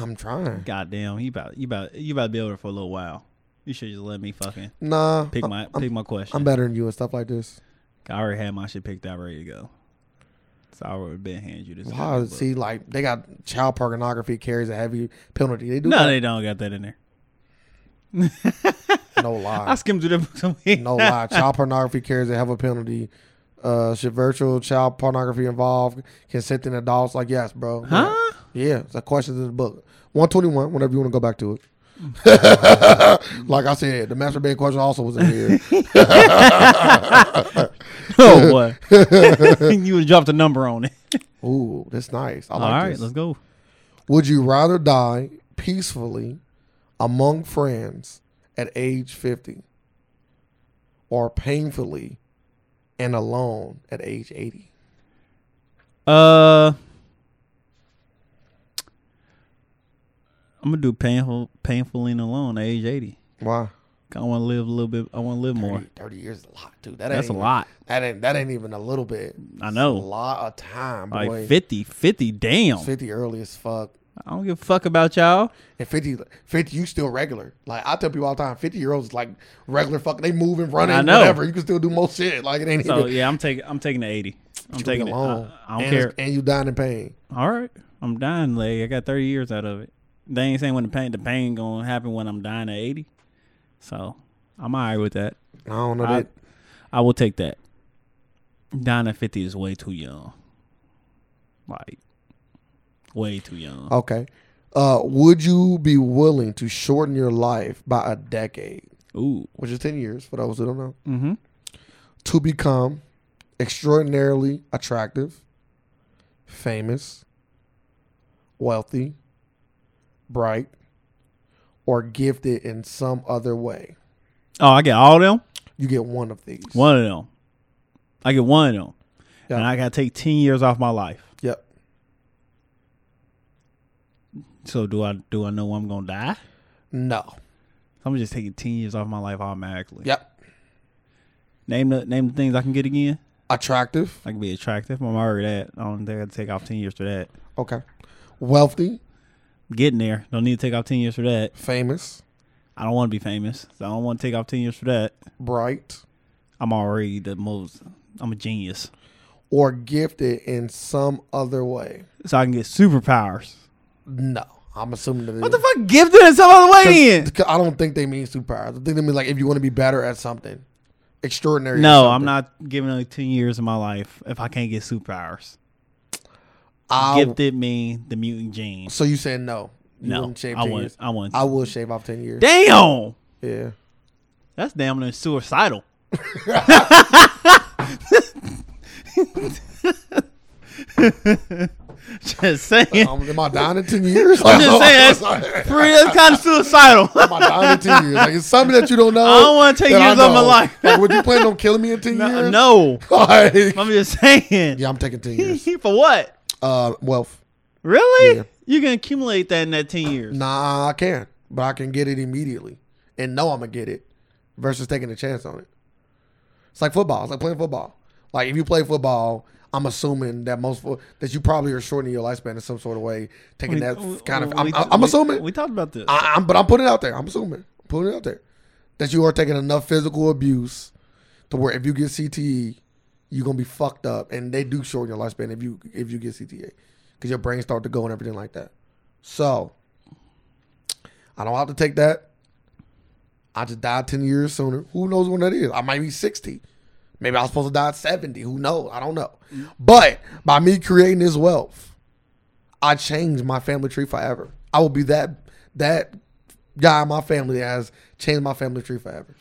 I'm trying.
goddamn, you about you about you about to be over for a little while. You should just let me fucking
Nah,
pick
I'm-
my
I'm,
pick my question.
I'm better than you and stuff like this.
I already had my shit picked out ready to go. So I would have been handed you this.
Wow,
goddamn book.
see, like they got child pornography carries a heavy penalty. They do
No,
that.
they don't got that in there.
no
I
lie,
skimmed through that book. No,
no lie. Child pornography carries a heavy penalty. Uh, should virtual child pornography involve consenting adults? Like yes, bro.
Huh?
Yeah, it's a question in the book. One twenty one. Whenever you want to go back to it. like I said, the master bed question also was in here.
Oh boy, you would drop the number on it.
Ooh, that's nice. I
All
like
right,
this.
let's go.
Would you rather die peacefully among friends at age 50 or painfully and alone at age 80?
Uh, I'm gonna do painful, painful and alone at age 80.
Why?
I want to live a little bit. I want to live more.
30, 30 years is a lot, dude. That
That's a
ain't-
lot.
That ain't that ain't even a little bit.
I
A
know.
lot of time, boy.
Like 50, 50. Damn.
50 early as fuck.
I don't give a fuck about y'all.
And 50, 50, you still regular. Like I tell people all the time, 50 year olds is like regular fucking, they move and run
I
and
know.
whatever. You can still do most shit. Like it ain't
So
even
yeah, I'm taking. I'm taking the 80. I'm taking it.
alone.
I, I don't
and,
care.
it's- And you dying in pain.
All right, I'm dying. Like I got 30 years out of it. They ain't saying when the pain. The pain gonna happen when I'm dying at 80. So I'm alright with that.
I don't know
I,
that.
I will take that. Dying at 50 is way too young. Like way too young.
Okay. Uh, would you be willing to shorten your life by a decade,
Ooh.
which is 10 years for those who don't know,
Mm-hmm.
to become extraordinarily attractive, famous, wealthy, bright, or gifted in some other way?
Oh, I get all of them.
You get one of these.
One of them. I get one of them.
Yeah.
And I gotta take 10 years off my life.
Yep.
So do I? Do I know I'm gonna die?
No.
I'm just taking 10 years off my life automatically.
Yep.
Name the name the things I can get again.
Attractive.
I can be attractive. I'm already that. I don't think I can take off 10 years for that.
Okay. Wealthy,
Getting there. Don't need to take off 10 years for that.
famous,
I don't want to be famous. So I don't want to take off 10 years for that.
bright,
I'm already the most. I'm a genius.
or gifted in some other way.
So I can get superpowers.
No, I'm assuming that.
What the fuck? Gifted in some other way then?
I don't think they mean superpowers. I think they mean like if you want to be better at something, extraordinary. at
No, I'm
something.
not giving like 10 years of my life if I can't get superpowers.
I,
Gifted me the mutant genes.
So you said no. You
No,
wouldn't shave
I
10
wouldn't.
years.
I wouldn't.
I will shave off ten years.
Damn.
Yeah.
That's damn near suicidal. just saying.
Um, am I dying in ten years?
I'm just saying that's, pretty, that's kind of suicidal.
Am I dying in ten years? Like it's something that you don't know.
I don't wanna take
that I
years of my
know.
life.
Like, would you plan on killing me in ten
no,
years?
no.
Like,
I'm just saying.
yeah, I'm taking ten years.
For what?
Uh, wealth.
Really?
Yeah.
You can accumulate that in that 10 years.
Nah, I can, but I can get it immediately and know I'm gonna get it versus taking a chance on it. It's like football. It's like playing football. Like if you play football, I'm assuming that most fo- that you probably are shortening your lifespan in some sort of way, taking
We-
that
we-
kind of.
we-
I'm,
we-
I'm assuming.
We talked about this.
I, I'm, but I'm putting it out there. I'm assuming. I'm putting it out there that you are taking enough physical abuse to where if you get CTE, you're gonna be fucked up, and they do shorten your lifespan if you if you get CTA because your brain start to go and everything like that. So I don't have to take that. I just died ten years sooner. Who knows when that is? I might be sixty. Maybe I was supposed to die at seventy. Who knows? I don't know.
Mm-hmm.
But by me creating this wealth, I changed my family tree forever. I will be that that guy in my family that has changed my family tree forever.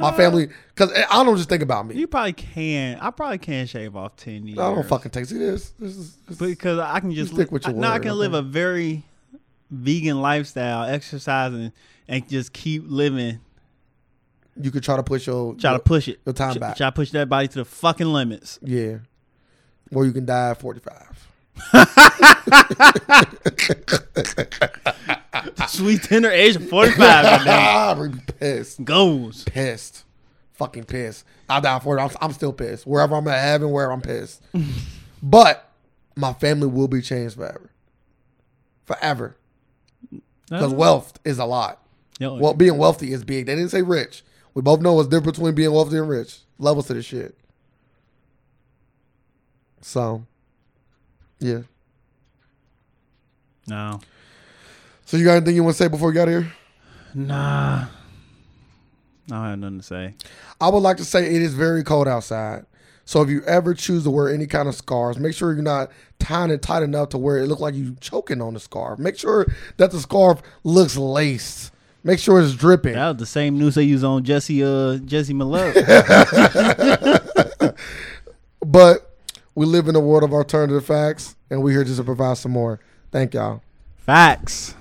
My family, because I don't just think about me.
Uh, you probably can. I probably can shave off 10 years.
I don't fucking take see this. This is this is-
because I can just
You stick with your
I- now I
word,
can
okay.
live a very vegan lifestyle, exercising, and just keep living.
you could try to push your
Try to push it.
your time
Try-
back.
Try to push that body to the fucking limits.
yeah, or you can die at forty five. Ah.
Sweet tender age of forty five
I'd be pissed,
goes.
pissed, fucking pissed. I die at forty. I'm, I'm still pissed. Wherever I'm at heaven, wherever I'm pissed. but my family will be changed forever, forever. Because wealth is a lot.
Yo,
Well, being wealthy is big. They didn't say rich. We both know what's different between being wealthy and rich. Levels to this shit. So, yeah.
no,
So you got anything you want to say before you got here?
nah. I don't have nothing to say.
I would like to say it is very cold outside. So if you ever choose to wear any kind of scarves, make sure you're not tying it tight enough to where it look like you choking on the scarf. Make sure that the scarf looks laced Make sure it's dripping.
That was the same news they used on Jesse uh Jesse Malone.
But we live in a world of alternative facts, and we're here just to provide some more. Thank y'all.
Facts.